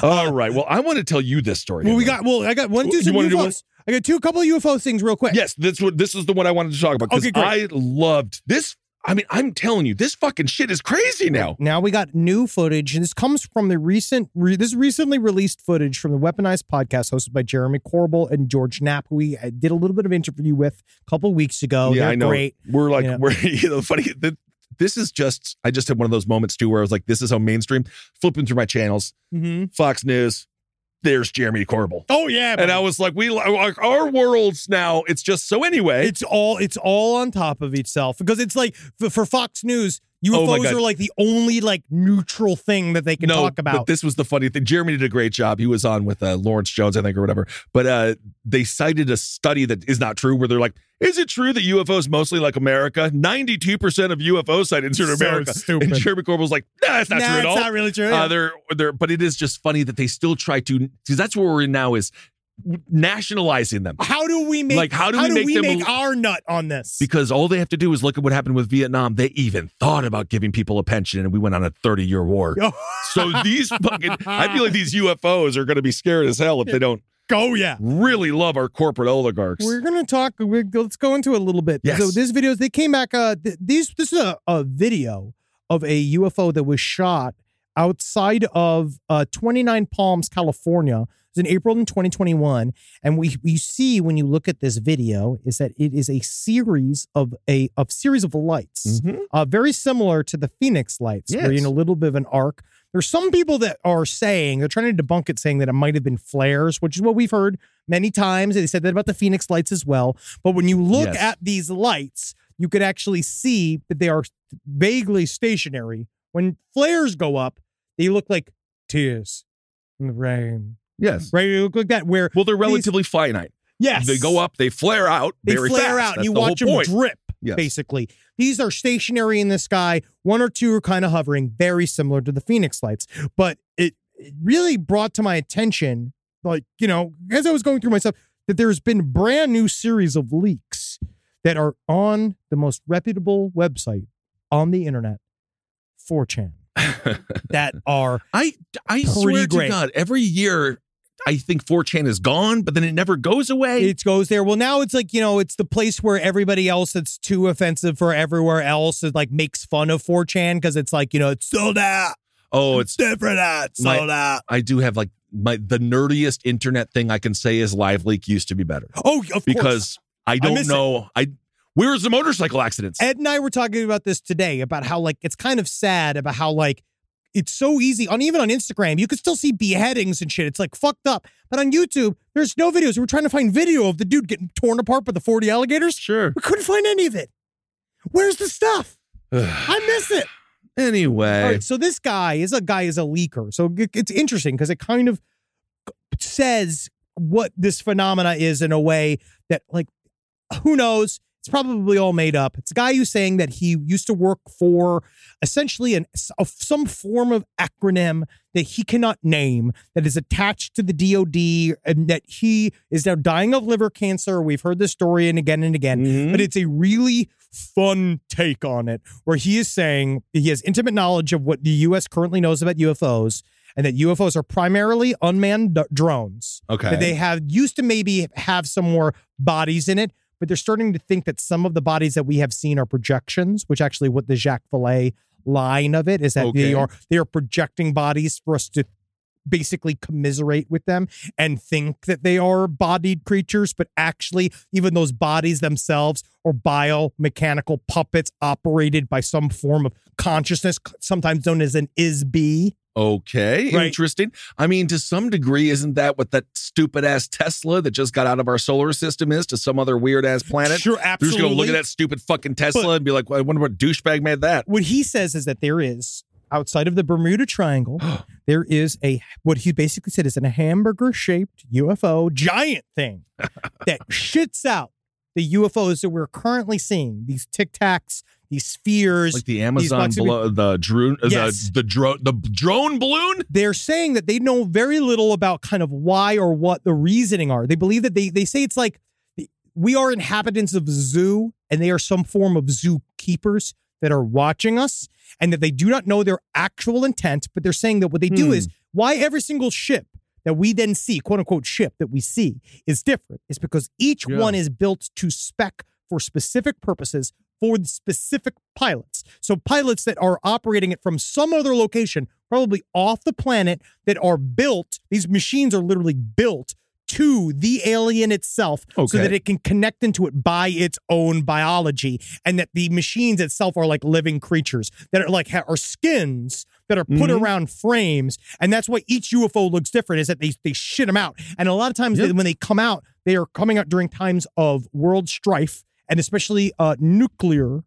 All right. Well, I want to tell you this story.
Well, we
Henry.
got. Well, I got one. Do
You
some
wanna do one?
UFOs. I got two couple of UFO things real quick.
Yes, this what this is the one I wanted to talk about because
Okay, great.
I loved this. I mean, I'm telling you, this fucking shit is crazy now.
Now we got new footage, and this comes from the recent, re, this recently released footage from the Weaponized podcast hosted by Jeremy Corbel and George Knapp, who we uh, did a little bit of interview with a couple weeks ago. Oh, They're Great.
We're like,
Yeah.
we're you know, funny. th- This is just. I just had one of those moments too, where I was like, this is how mainstream. Flipping through my channels,
Mm-hmm.
Fox News. There's Jeremy Corbel,
Oh yeah,
and
buddy.
I was like, we like our worlds now. It's just so anyway.
it's all it's all on top of itself because it's like for, for Fox News,
Oh, my
UFOs
God.
are like the only like neutral thing that they can talk
But
about.
this was the funny thing. Jeremy did a great job. He was on with uh, Lawrence Jones, I think, or whatever. But uh, they cited a study that is not true, where they're like, "Is it true that UFOs mostly like America? Ninety-two percent of UFO sightings are in
So
America."
stupid.
And Jeremy Corbel's like, "Nah, that's not
Nah,
true at
it's
all.
not really true.
Uh, they're, they're, but it is just funny that they still try to because that's where we're in now is nationalizing them
how do we make
Like, how do we make them
make
bel-
our nut on this?
because all they have to do is look at what happened with Vietnam. They even thought about giving people a pension, and we went on a thirty-year
Oh,
war. So these fucking, I feel like these UFOs are going to be scared as hell if they don't
go Oh, yeah.
really love our corporate oligarchs.
We're gonna talk. We're, let's go into it a little bit.
Yes.
So these videos they came back. Uh, th- these this is a, a video of a UFO that was shot outside of uh, 29 Palms, California. It was in April in 2021. And we, we see when you look at this video is that it is a series of a of series of lights,
Mm-hmm.
uh, very similar to the Phoenix lights, where
Yes.
you know a little bit of an arc. There's some people that are saying they're trying to debunk it, saying that it might have been flares, which is what we've heard many times. They said that about the Phoenix lights as well. But when you look
Yes.
at these lights, you could actually see that they are vaguely stationary. When flares go up, they look like tears in the rain.
Yes.
Right? They look like that. Where
well, they're relatively finite.
Yes.
They go up, they flare out.
They
very
flare
fast.
out, and
That's
you
the
watch
whole
them
point.
drip.
Yes.
Basically, these are stationary in the sky. One or two are kind of hovering, very similar to the Phoenix lights. But it, it really brought to my attention, like you know, as I was going through my stuff, that there's been brand new series of leaks that are on the most reputable website on the internet, 4chan, that are
I I
pretty
swear
great.
to God, every year I think 4chan is gone, but then it never goes away.
It goes there. Well, now it's like you know, it's the place where everybody else that's too offensive for everywhere else is like makes fun of 4chan because it's like you know it's sold out.
oh, it's
different out,
my-
sold out.
I do have like my the nerdiest internet thing I can say is live leak used to be better.
Oh, of
because
course.
I don't
miss it.
know. I where's the motorcycle accidents?
Ed and I were talking about this today about how like it's kind of sad about how like it's so easy on even on Instagram you can still see beheadings and shit. It's like fucked up. But on YouTube, there's no videos. We were trying to find video of the dude getting torn apart by the 40 alligators.
Sure,
we couldn't find any of it. Where's the stuff? I miss it.
Anyway,
All right, so this guy is a guy is a leaker. So it- it's interesting because it kind of says what this phenomena is in a way that like who knows? It's probably all made up. It's a guy who's saying that he used to work for essentially an a- some form of acronym that he cannot name that is attached to the DOD and that he is now dying of liver cancer. We've heard this story and again and again,
Mm-hmm.
but it's a really fun take on it where he is saying he has intimate knowledge of what the US currently knows about UFOs and that UFOs are primarily unmanned d- drones.
Okay.
That they have used to maybe have some more bodies in it, but they're starting to think that some of the bodies that we have seen are projections, which actually what the Jacques Vallée line of it is that they
Okay.
are they are projecting bodies for us to basically commiserate with them and think that they are bodied creatures, but actually, even those bodies themselves are biomechanical puppets operated by some form of consciousness, c- sometimes known as an is be.
Okay,
Right.
interesting. I mean, to some degree, isn't that what that stupid ass Tesla that just got out of our solar system is to some other weird ass planet?
Sure,
They're just gonna look
absolutely.
at that stupid fucking Tesla and be like, well, I wonder what douchebag made that.
What he says is that there is, outside of the Bermuda Triangle, there is a, what he basically said is an hamburger shaped UFO giant thing that shits out the UFOs that we're currently seeing, these tic tacs, these spheres,
Like the
these
Amazon,
boxes-
blo- the drone,
Yes.
the the drone, the drone balloon.
They're saying that they know very little about kind of why or what the reasoning are. They believe that they they say it's like the- we are inhabitants of a zoo and they are some form of zoo keepers that are watching us and that they do not know their actual intent, but they're saying that what they do is why every single ship that we then see, quote unquote ship that we see is different is because each
Yeah.
one is built to spec for specific purposes for the specific pilots. So pilots that are operating it from some other location, probably off the planet, that are built, these machines are literally built to the alien itself so
Okay.
that it can connect into it by its own biology and that the machines itself are like living creatures that are like ha- are skins that are put
Mhm.
around frames and that's why each UFO looks different is that they they shit them out and a lot of times they- when they come out they are coming out during times of world strife and especially uh nuclear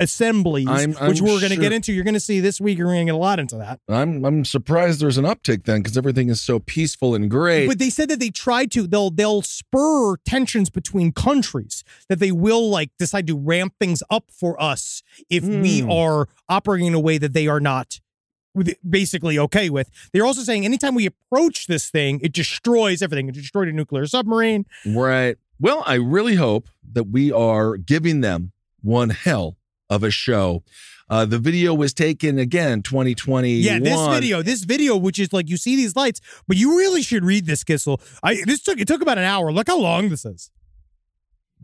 assemblies
I'm-
which
I'm
we're going to
sure-
get into you're going to see this week you're going to get a lot into that
I'm I'm surprised there's an uptick then because everything is so peaceful and great.
But they said that they try to. They'll they'll spur tensions between countries. That they will like decide to ramp things up for us if we
Hmm.
are operating in a way that they are not with- basically okay with. They're also saying anytime we approach this thing, it destroys everything. It destroyed a nuclear submarine.
Right. Well, I really hope that we are giving them one hell of a show. Uh, the video was taken again 2020.
Yeah, this video, this video, which is like you see these lights, but you really should read this, Kissel. I this took it took about an hour. Look how long this is.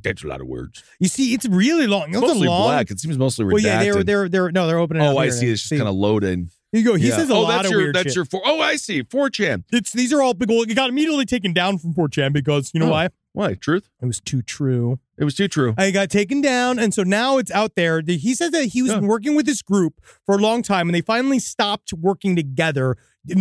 That's a lot of words.
You see, it's really long.
It's
It's a
mostly
long-
black. It seems mostly redacted.
Well, yeah, they're they're they're no, they're opening.
oh,
up
I
here
see.
now.
It's just kind of loaded.
You go. He says a
oh,
lot
that's
of
your,
weird
That's
shit.
your four. Oh, I see. 4chan.
It's these are all big. Well, it got immediately taken down from 4chan because you know
Oh,
why?
Why? Truth?
It was too true.
It was too true.
I got taken down, and so now it's out there. The- He says that he was working with this group for a long time, and they finally stopped working together,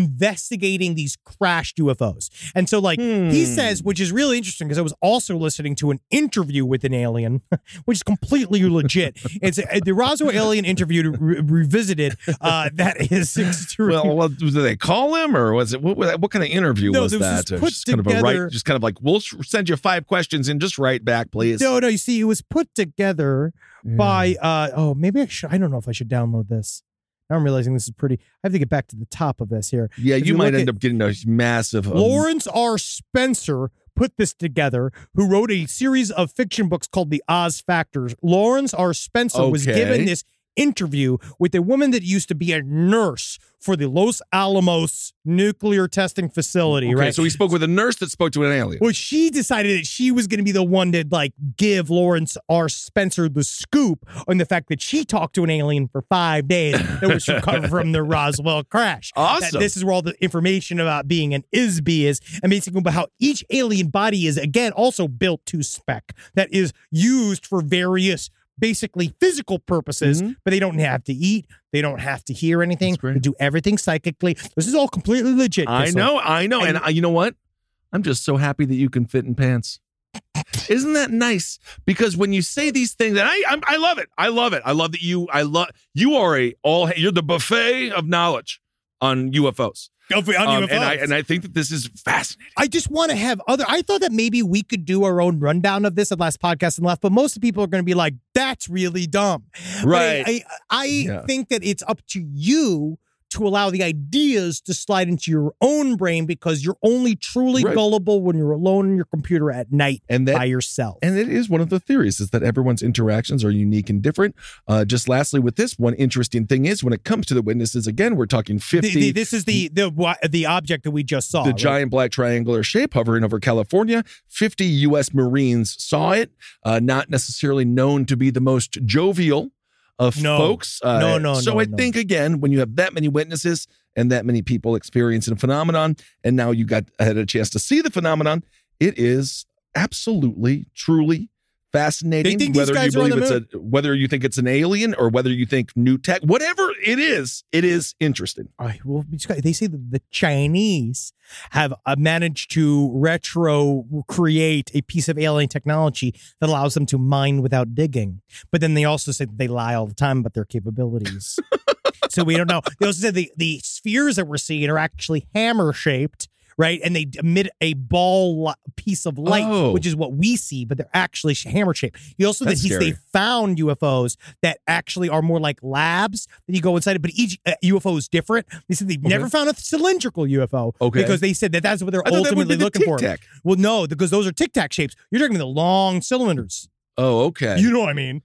investigating these crashed UFOs. And so, like he
Hmm.
says, which is really interesting because I was also listening to an interview with an alien, which is completely legit. It's uh, the Roswell alien interview re- revisited. Uh, that is extreme.
Well, what did they call him, or was it what? What, what kind of interview
No,
was
this was
that? Uh,
put
just kind of a
together-
right, just kind of like we'll s- send you five questions and just write back, please.
No, no. You see, it was put together
Mm.
by. uh Oh, maybe I should. I don't know if I should download this. Now I'm realizing this is pretty. I have to get back to the top of this here.
Yeah,
If
you might
look
end
at-
up getting a massive. um,
Lawrence R. Spencer put this together, who wrote a series of fiction books called The Oz Factors. Lawrence R. Spencer was
Okay.
given this interview with a woman that used to be a nurse for the Los Alamos nuclear testing facility,
okay,
right?
So he spoke with a nurse that spoke to an alien.
Well, she decided that she was going to be the one to like give Lawrence R. Spencer the scoop on the fact that she talked to an alien for five days that was recovered from the Roswell crash. That
Awesome.
this is where all the information about being an ISB is, and basically about how each alien body is again also built to spec that is used for various. Basically, physical purposes,
Mm-hmm.
but they don't have to eat. They don't have to hear anything. They do everything psychically. This is all completely legit.
I
Kissel.
know, I know, and, I, you know what? I'm just so happy that you can fit in pants. Isn't that nice? Because when you say these things, and I, I'm, I love it. I love it. I love that you. I love you are a all. You're the buffet of knowledge on
Of-
UFOs.
on
Um,
UFOs.
And I and I think that this is fascinating.
I just want to have other. I thought that maybe we could do our own rundown of this at last podcast and left, but most of the people are going to be like, "That's really dumb." But
Right.
I I, I
Yeah.
think that it's up to you to allow the ideas to slide into your own brain because you're only truly
Right.
gullible when you're alone in your computer at night
And that-
by yourself.
And it is one of the theories is that everyone's interactions are unique and different. Uh, just lastly, with this one interesting thing is when it comes to the witnesses, again, we're talking
The-
50.
the- this is the the wa- the object that we just saw.
the
right?
giant black triangular shape hovering over California. 50 U.S. Marines saw it, uh, not necessarily known to be the most jovial of
No.
folks. Uh,
No, no,
So
no,
I
no.
think, again, when you have that many witnesses and that many people experiencing a phenomenon, and now you got had a chance to see the phenomenon, it is absolutely, truly fascinating.
They think these
whether
guys
you
are on
believe
the
it's a whether you think it's an alien or whether you think new tech, whatever it is, it is interesting.
All right, well, it's got- they say that the Chinese have uh, managed to retro create a piece of alien technology that allows them to mine without digging. But then they also say that they lie all the time about their capabilities. so we don't know. They also said the, the spheres that we're seeing are actually hammer shaped. Right, and they emit a ball li- piece of light,
Oh.
which is what we see, but they're actually sh- hammer shaped. You also that
That's
he's they
scary.
found UFOs that actually are more like labs that you go inside, but each uh, UFO is different. They said they've never found a cylindrical UFO
Okay.
because they said that that's what they're
I thought that would
ultimately
be the
looking for.
tic-tac.
Well, no, because those are tic tac shapes. You're talking about the long cylinders.
Oh, okay. Ah.
You know what I mean?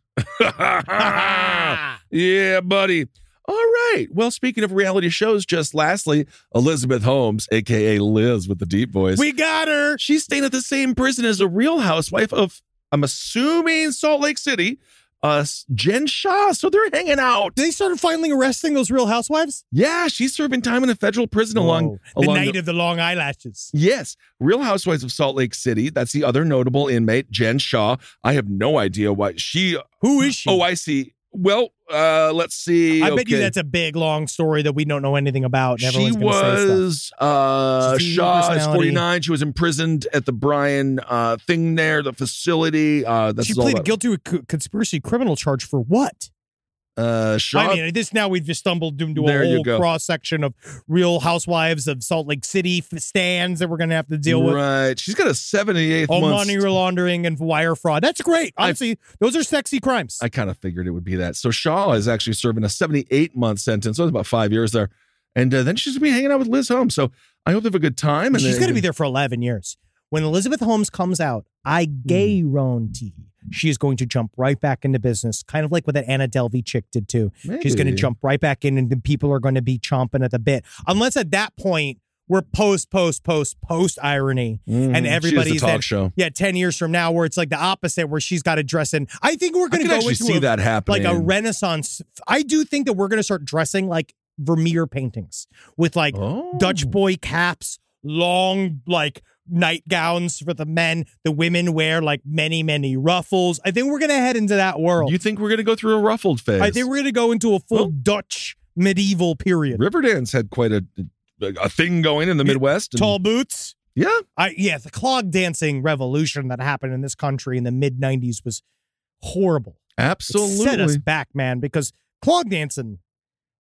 yeah, buddy. All right. Well, speaking of reality shows, just lastly, Elizabeth Holmes, aka Liz with the deep voice.
We got her.
she's staying at the same prison as a real housewife of, I'm assuming, Salt Lake City, uh, Jen Shaw. So they're hanging out.
They started finally arresting those Real Housewives.
Yeah, she's serving time in a federal prison along
Whoa. the
along
night of the long eyelashes.
Yes, Real Housewives of Salt Lake City. That's the other notable inmate, Jen Shaw. I have no idea why she.
Who is she?
Oh, I see. Well, uh, let's see.
I bet you
Okay.
that's a big long story that we don't know anything about. And
She
everyone's gonna say stuff.
was uh,
She's a
Shaw is
personality.
49. She was imprisoned at the Bryan uh, thing there, the facility. Uh, that's
She
all
pleaded
about-
guilty with co- conspiracy criminal charge for what?
Uh, Shaw.
I mean, this now we've just stumbled into
There
a
you
whole
go.
cross section of Real Housewives of Salt Lake City f- stands that we're going to have to deal with.
right. She's got a 78th
All
month.
money laundering and wire fraud. That's great.
I-
Honestly, those are sexy crimes.
I kind of figured it would be that. So Shaw is actually serving a 78 month sentence. So it's about five years there. And uh, then she's going to be hanging out with Liz Holmes. So I hope they have a good time. And
She's
uh,
going to be there for 11 years. When Elizabeth Holmes comes out, I
Hmm.
guarantee she is going to jump right back into business, kind of like what that Anna Delvey chick did too. She's going to
Maybe.
jump right back in, and the people are going to be chomping at the bit. Unless at that point, we're post, post, post, post irony, and
Mhm. She is the
everybody's
talk
then-
show.
Yeah, ten years from now, where it's like the opposite, where she's got to dress in. I think we're going to
could
go
actually
into
see
a-
that
like a
happening.
renaissance. I do think that we're going to start dressing like Vermeer paintings with like
Oh.
Dutch boy caps, long like nightgowns for the men. The women wear like many, many ruffles. I think we're gonna head into that world.
You think we're gonna go through a ruffled phase?
I think we're gonna go into a full Dutch medieval period.
Riverdance had quite a a thing going in the Midwest. and-
Tall boots.
Yeah.
I yeah, the clog dancing revolution that happened in this country in the mid 90s was horrible.
Absolutely.
It set us back, man, because clog dancing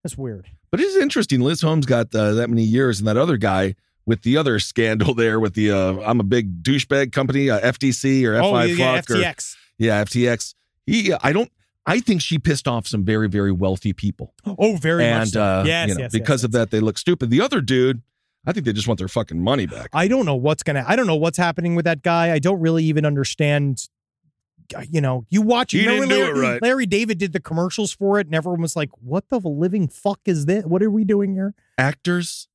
that's weird.
But it is interesting. Liz Holmes got uh, that many years, and that other guy with the other scandal there with the uh, I'm a big douchebag company, uh, FTC or FI
Oh, yeah, yeah,
Fuck or-
FTX.
yeah, FTX. He, I don't. I think she pissed off some very, very wealthy people.
Oh, very
and
much so.
uh,
yes,
you know,
yes, yes,
because of that, they look stupid. The other dude, I think they just want their fucking money back.
I don't know what's gonna. I don't know what's happening with that guy. I don't really even understand. uh, You know, you watch.
He
you know,
didn't
when
do
Larry,
it right.
Larry David did the commercials for it, and everyone was like, "What the living fuck is this? What are we doing here?"
Actors,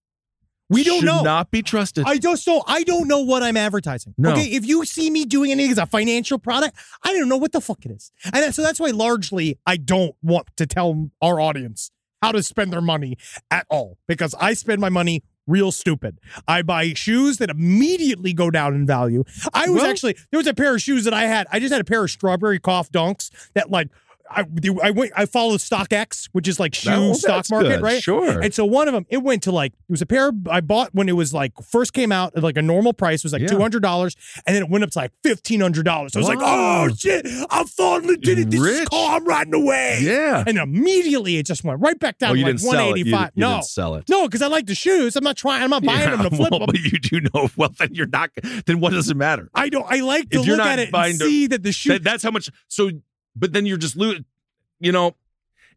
we don't
should
know.
Not be trusted.
I just don't. I don't know what I'm advertising.
No.
Okay, if you see me doing anything as a financial product, I don't know what the fuck it is, and that- so that's why largely I don't want to tell our audience how to spend their money at all because I spend my money real stupid. I buy shoes that immediately go down in value. I was
Well-
actually there was a pair of shoes that I had. I just had a pair of strawberry cough donks that like. I, I went. I follow StockX, which is like shoe
That- well,
stock
Oh, that's
market,
good,
right?
sure.
And so one of them, it went to like it was a pair I bought when it was like first came out at like a normal price was like two hundred dollars, and then it went up to like fifteen hundred dollars. So I was like,
Wow.
oh shit, I finally did it. This
Rich.
is cool. I'm riding away.
Yeah.
And immediately it just went right back down
Oh,
to
you
like
didn't
one
sell it. You
eighty five.
didn't- you
No,
didn't sell it.
No, because I like the shoes. I'm not trying. I'm not buying
Yeah,
them to flip
well,
them.
But you do know well. Then you're not. Then what does it matter?
I don't. I like to
if you're
look
not
at it
buying
and
the-
see that the shoe.
that- that's how much. So, but then you're just losing. You know,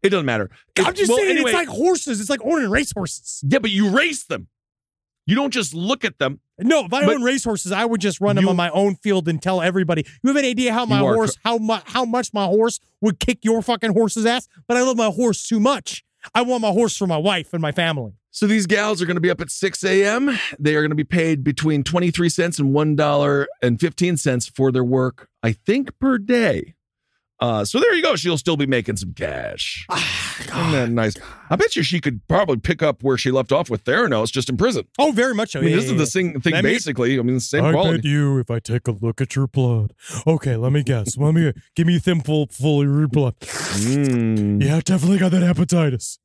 it doesn't matter. It-
I'm just
well,
saying,
anyway,
it's like horses. It's like owning racehorses.
yeah, but you race them. You don't just look at them.
No, if I
But-
owned racehorses, I would just run them
You-
on my own field and tell everybody. You have an idea how my
You are
horse, how much, how much my horse would kick your fucking horse's ass? But I love my horse too much. I want my horse for my wife and my family.
So these gals are going to be up at 6 a.m. They are going to be paid between 23 cents and $1.15 for their work, I think, per day. Uh, so there you go. She'll still be making some cash.
Ah,
Isn't that nice? I bet you she could probably pick up where she left off with Theranos just in prison.
Oh, very much so.
I mean,
Yeah,
this
yeah,
is the same thing,
Let me-
basically. I mean, the same
I
quality.
bet you if I take a look at your blood. Okay, let me guess. let me give me a thimble full of your blood.
Mm.
Yeah, definitely got that hepatitis.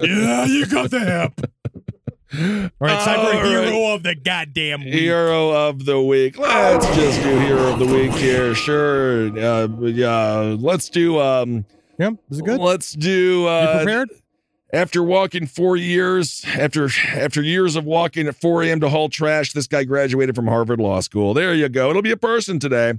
Yeah, you got the hep.
All right, it's time for
All
a hero
right.
of the goddamn week.
Hero of the week. Let's just do hero of the week here. Sure. Uh, yeah. Let's do. Um,
Yeah, is it good?
Let's do. Uh,
you prepared?
After walking four years, after after years of walking at 4 a.m. to haul trash, this guy graduated from Harvard Law School. There you go. It'll be a person today.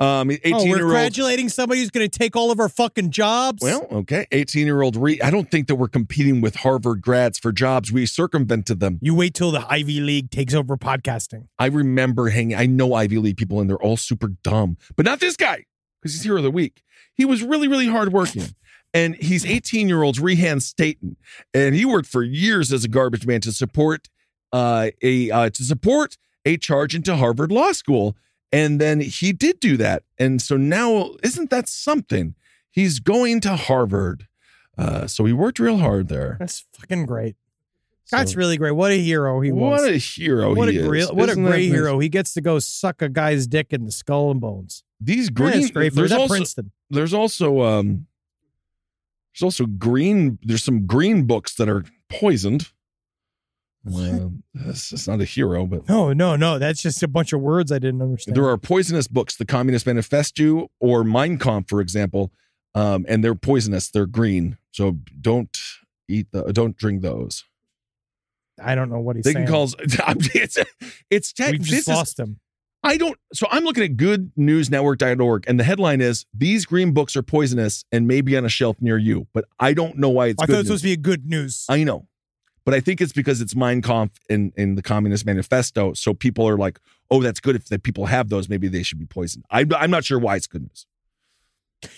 Um, 18
Oh, we're
year old.
congratulating somebody who's going to take all of our fucking jobs.
Well, okay. 18 year old Reed. I don't think that we're competing with Harvard grads for jobs. We circumvented them.
You wait till the Ivy League takes over podcasting.
I remember hanging. I know Ivy League people, and they're all super dumb, but not this guy because he's hero of the week. He was really, really hardworking, and he's 18 year old's Rehan Staten, and he worked for years as a garbage man to support uh, a uh, to support a charge into Harvard Law School, and then he did do that, and so now isn't that something? He's going to Harvard, uh, so he worked real hard there.
That's fucking great.
So-
That's really great. What a hero he was.
What a hero!
What
he
a great,
is.
what a
Isn't that
great
nice?
hero. He gets to go suck a guy's dick in the skull and bones.
These
Yeah,
green.
it's great for
there's
that
also-
Princeton.
there's also um there's also green there's some green books that are poisoned Um, that's, that's not a hero but
No, no, no. That's just a bunch of words I didn't understand.
there are poisonous books the communist manifesto or mein kampf for example um and they're poisonous they're green so don't eat the don't drink those
I don't know what he's
they
saying.
can cause it's it's tech,
we
this
just
is
lost him.
I don't. So I'm looking at goodnewsnetwork.org, and the headline is "These green books are poisonous and may be on a shelf near you." But I don't know why it's.
I
good
thought it was
news.
supposed to be a good news.
I know, but I think it's because it's Mein Kampf in in the Communist Manifesto. So people are like, "Oh, that's good. If the people have those, maybe they should be poisoned." I'm I'm not sure why it's good news.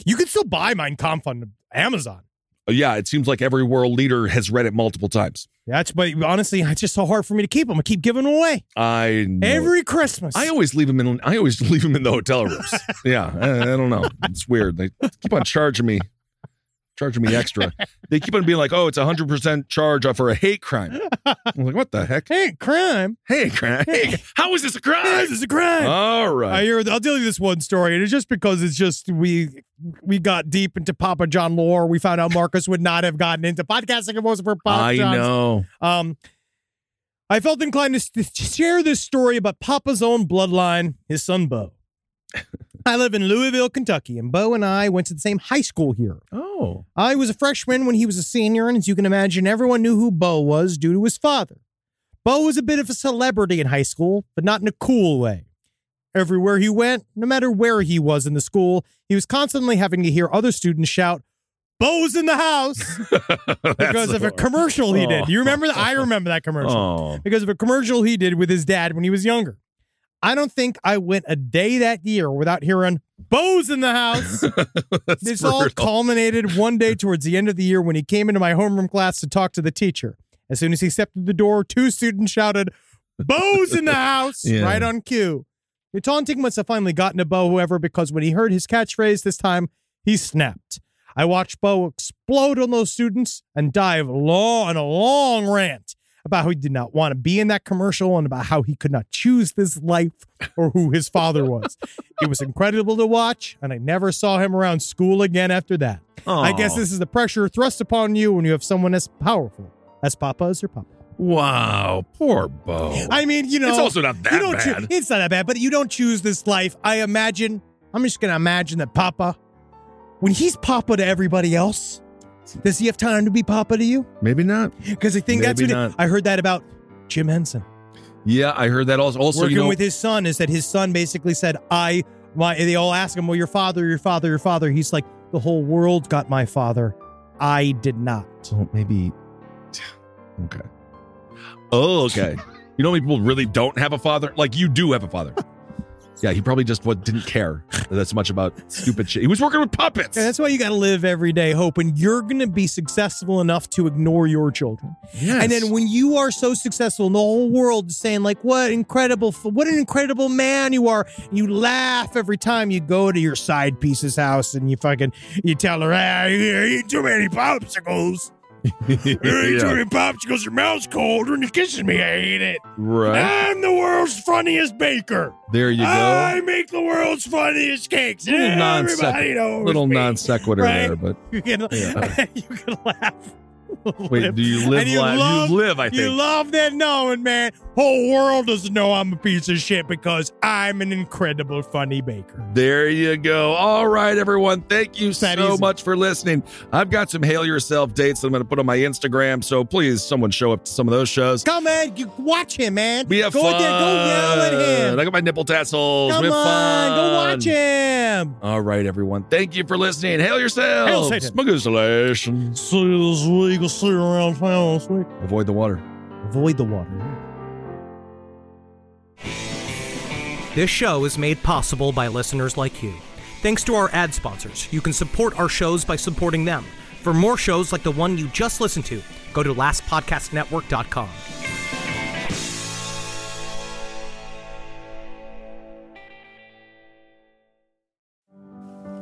you can still buy Mein Kampf on Amazon.
Uh, Yeah, it seems like every world leader has read it multiple times.
That's but honestly, it's just so hard for me to keep them. I keep giving them away
I know.
every Christmas.
I always leave them in. I always leave them in the hotel rooms. yeah, I, I don't know. It's weird. They keep on charging me charging me extra. they keep on being like, oh, it's 100% charge for a hate crime. I'm like, what the heck?
Hate crime.
Hate crime. Hey, how is this a crime?
This is a crime.
All right.
I hear, I'll tell you this one story, and it's just because it's just we we got deep into Papa John lore. We found out Marcus would not have gotten into podcasting if it wasn't for Papa
I
John's.
know.
Um, I felt inclined to, s- to share this story about Papa's own bloodline, his son Bo. I live in Louisville, Kentucky, and Bo and I went to the same high school here.
Oh.
I was a freshman when he was a senior, and as you can imagine, everyone knew who Bo was due to his father. Bo was a bit of a celebrity in high school, but not in a cool way. Everywhere he went, no matter where he was in the school, he was constantly having to hear other students shout, Bo's in the house! because of a commercial he did. You remember that? I remember that commercial.
Oh.
Because of a commercial he did with his dad when he was younger. I don't think I went a day that year without hearing Bo's in the house. this all
brutal.
culminated one day towards the end of the year when he came into my homeroom class to talk to the teacher. As soon as he stepped through the door, two students shouted, Bo's in the house,
Yeah.
right on cue. The taunting must have finally gotten to Bo, however, because when he heard his catchphrase this time, he snapped. I watched Bo explode on those students and dive long on a long rant about how he did not want to be in that commercial and about how he could not choose this life or who his father was. it was incredible to watch, and I never saw him around school again after that. I guess
Aw.
this is the pressure thrust upon you when you have someone as powerful as Papa is your Papa.
Wow. Poor Bo.
I mean, you know,
It's also not that
you don't choo-
bad.
it's not that bad, but you don't choose this life. I imagine. I'm just gonna imagine that Papa, when he's Papa to everybody else, does he have time to be Papa to you?
Maybe not.
Because I think that's
Maybe
what it-
not.
I heard that about Jim Henson
Yeah, I heard that also. Also,
working
you know,
with his son is that his son basically said, "I my." They all ask him, "Well, your father, your father, your father." He's like, "The whole world got my father. I did not."
So maybe. Okay. Oh, okay. you know, how many people really don't have a father. Like you do have a father. yeah, he probably just what didn't care that's much about stupid shit. He was working with puppets.
Yeah, that's why you got to live every day hoping you're going to be successful enough to ignore your children.
Yes.
And then when you are so successful and the whole world is saying like, "What incredible, what an incredible man you are," you laugh every time you go to your side piece's house and you fucking you tell her, "Ah, you eat too many popsicles." You eat too
Yeah.
many popsicles, your mouth's cold, and you're kissing me. I hate it.
Right.
I'm the world's funniest baker.
There you go.
I make the world's funniest cakes.
little non
Everybody
sequitur.
knows
Little
me.
non sequitur
right?
there, but
You can,
Yeah.
you can laugh.
wait, do you live?
And you
li-
love-
you live, I think.
You love that knowing, man. Whole world doesn't know I'm a piece of shit because I'm an incredible funny baker.
There you go. All right, everyone. Thank you
that
so
easy.
much for listening. I've got some Hail Yourself dates that I'm going to put on my Instagram. So please, someone show up to some of those shows.
Come man, you watch him, man.
We have
go
fun.
out there, go yell at him.
I got my nipple tassels.
Come
we
on,
have fun.
go watch him.
All right, everyone. Thank you for listening. Hail
Hail
yourselves.
Satan.
Magusalations.
See you this week. I'll see you around town this week.
Avoid the water.
Avoid the water.
This show is made possible by listeners like you. Thanks to our ad sponsors, you can support our shows by supporting them. For more shows like the one you just listened to, go to lastpodcastnetwork.com.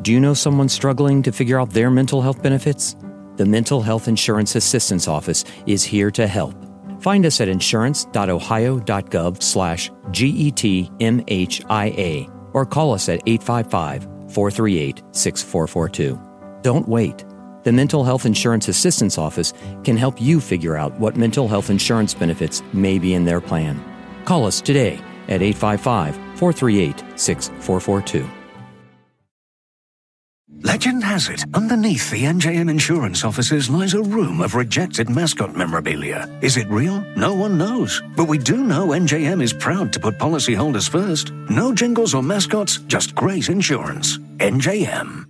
Do you know someone struggling to figure out their mental health benefits? The Mental Health Insurance Assistance Office is here to help. Find us at insurance.ohio.gov slash G-E-T-M-H-I-A or call us at 855-438-6442. Don't wait. The Mental Health Insurance Assistance Office can help you figure out what mental health insurance benefits may be in their plan. Call us today at 855-438-6442.
Legend has it, underneath the NJM insurance offices lies a room of rejected mascot memorabilia. Is it real? No one knows. But we do know NJM is proud to put policyholders first. No jingles or mascots, just great insurance. NJM.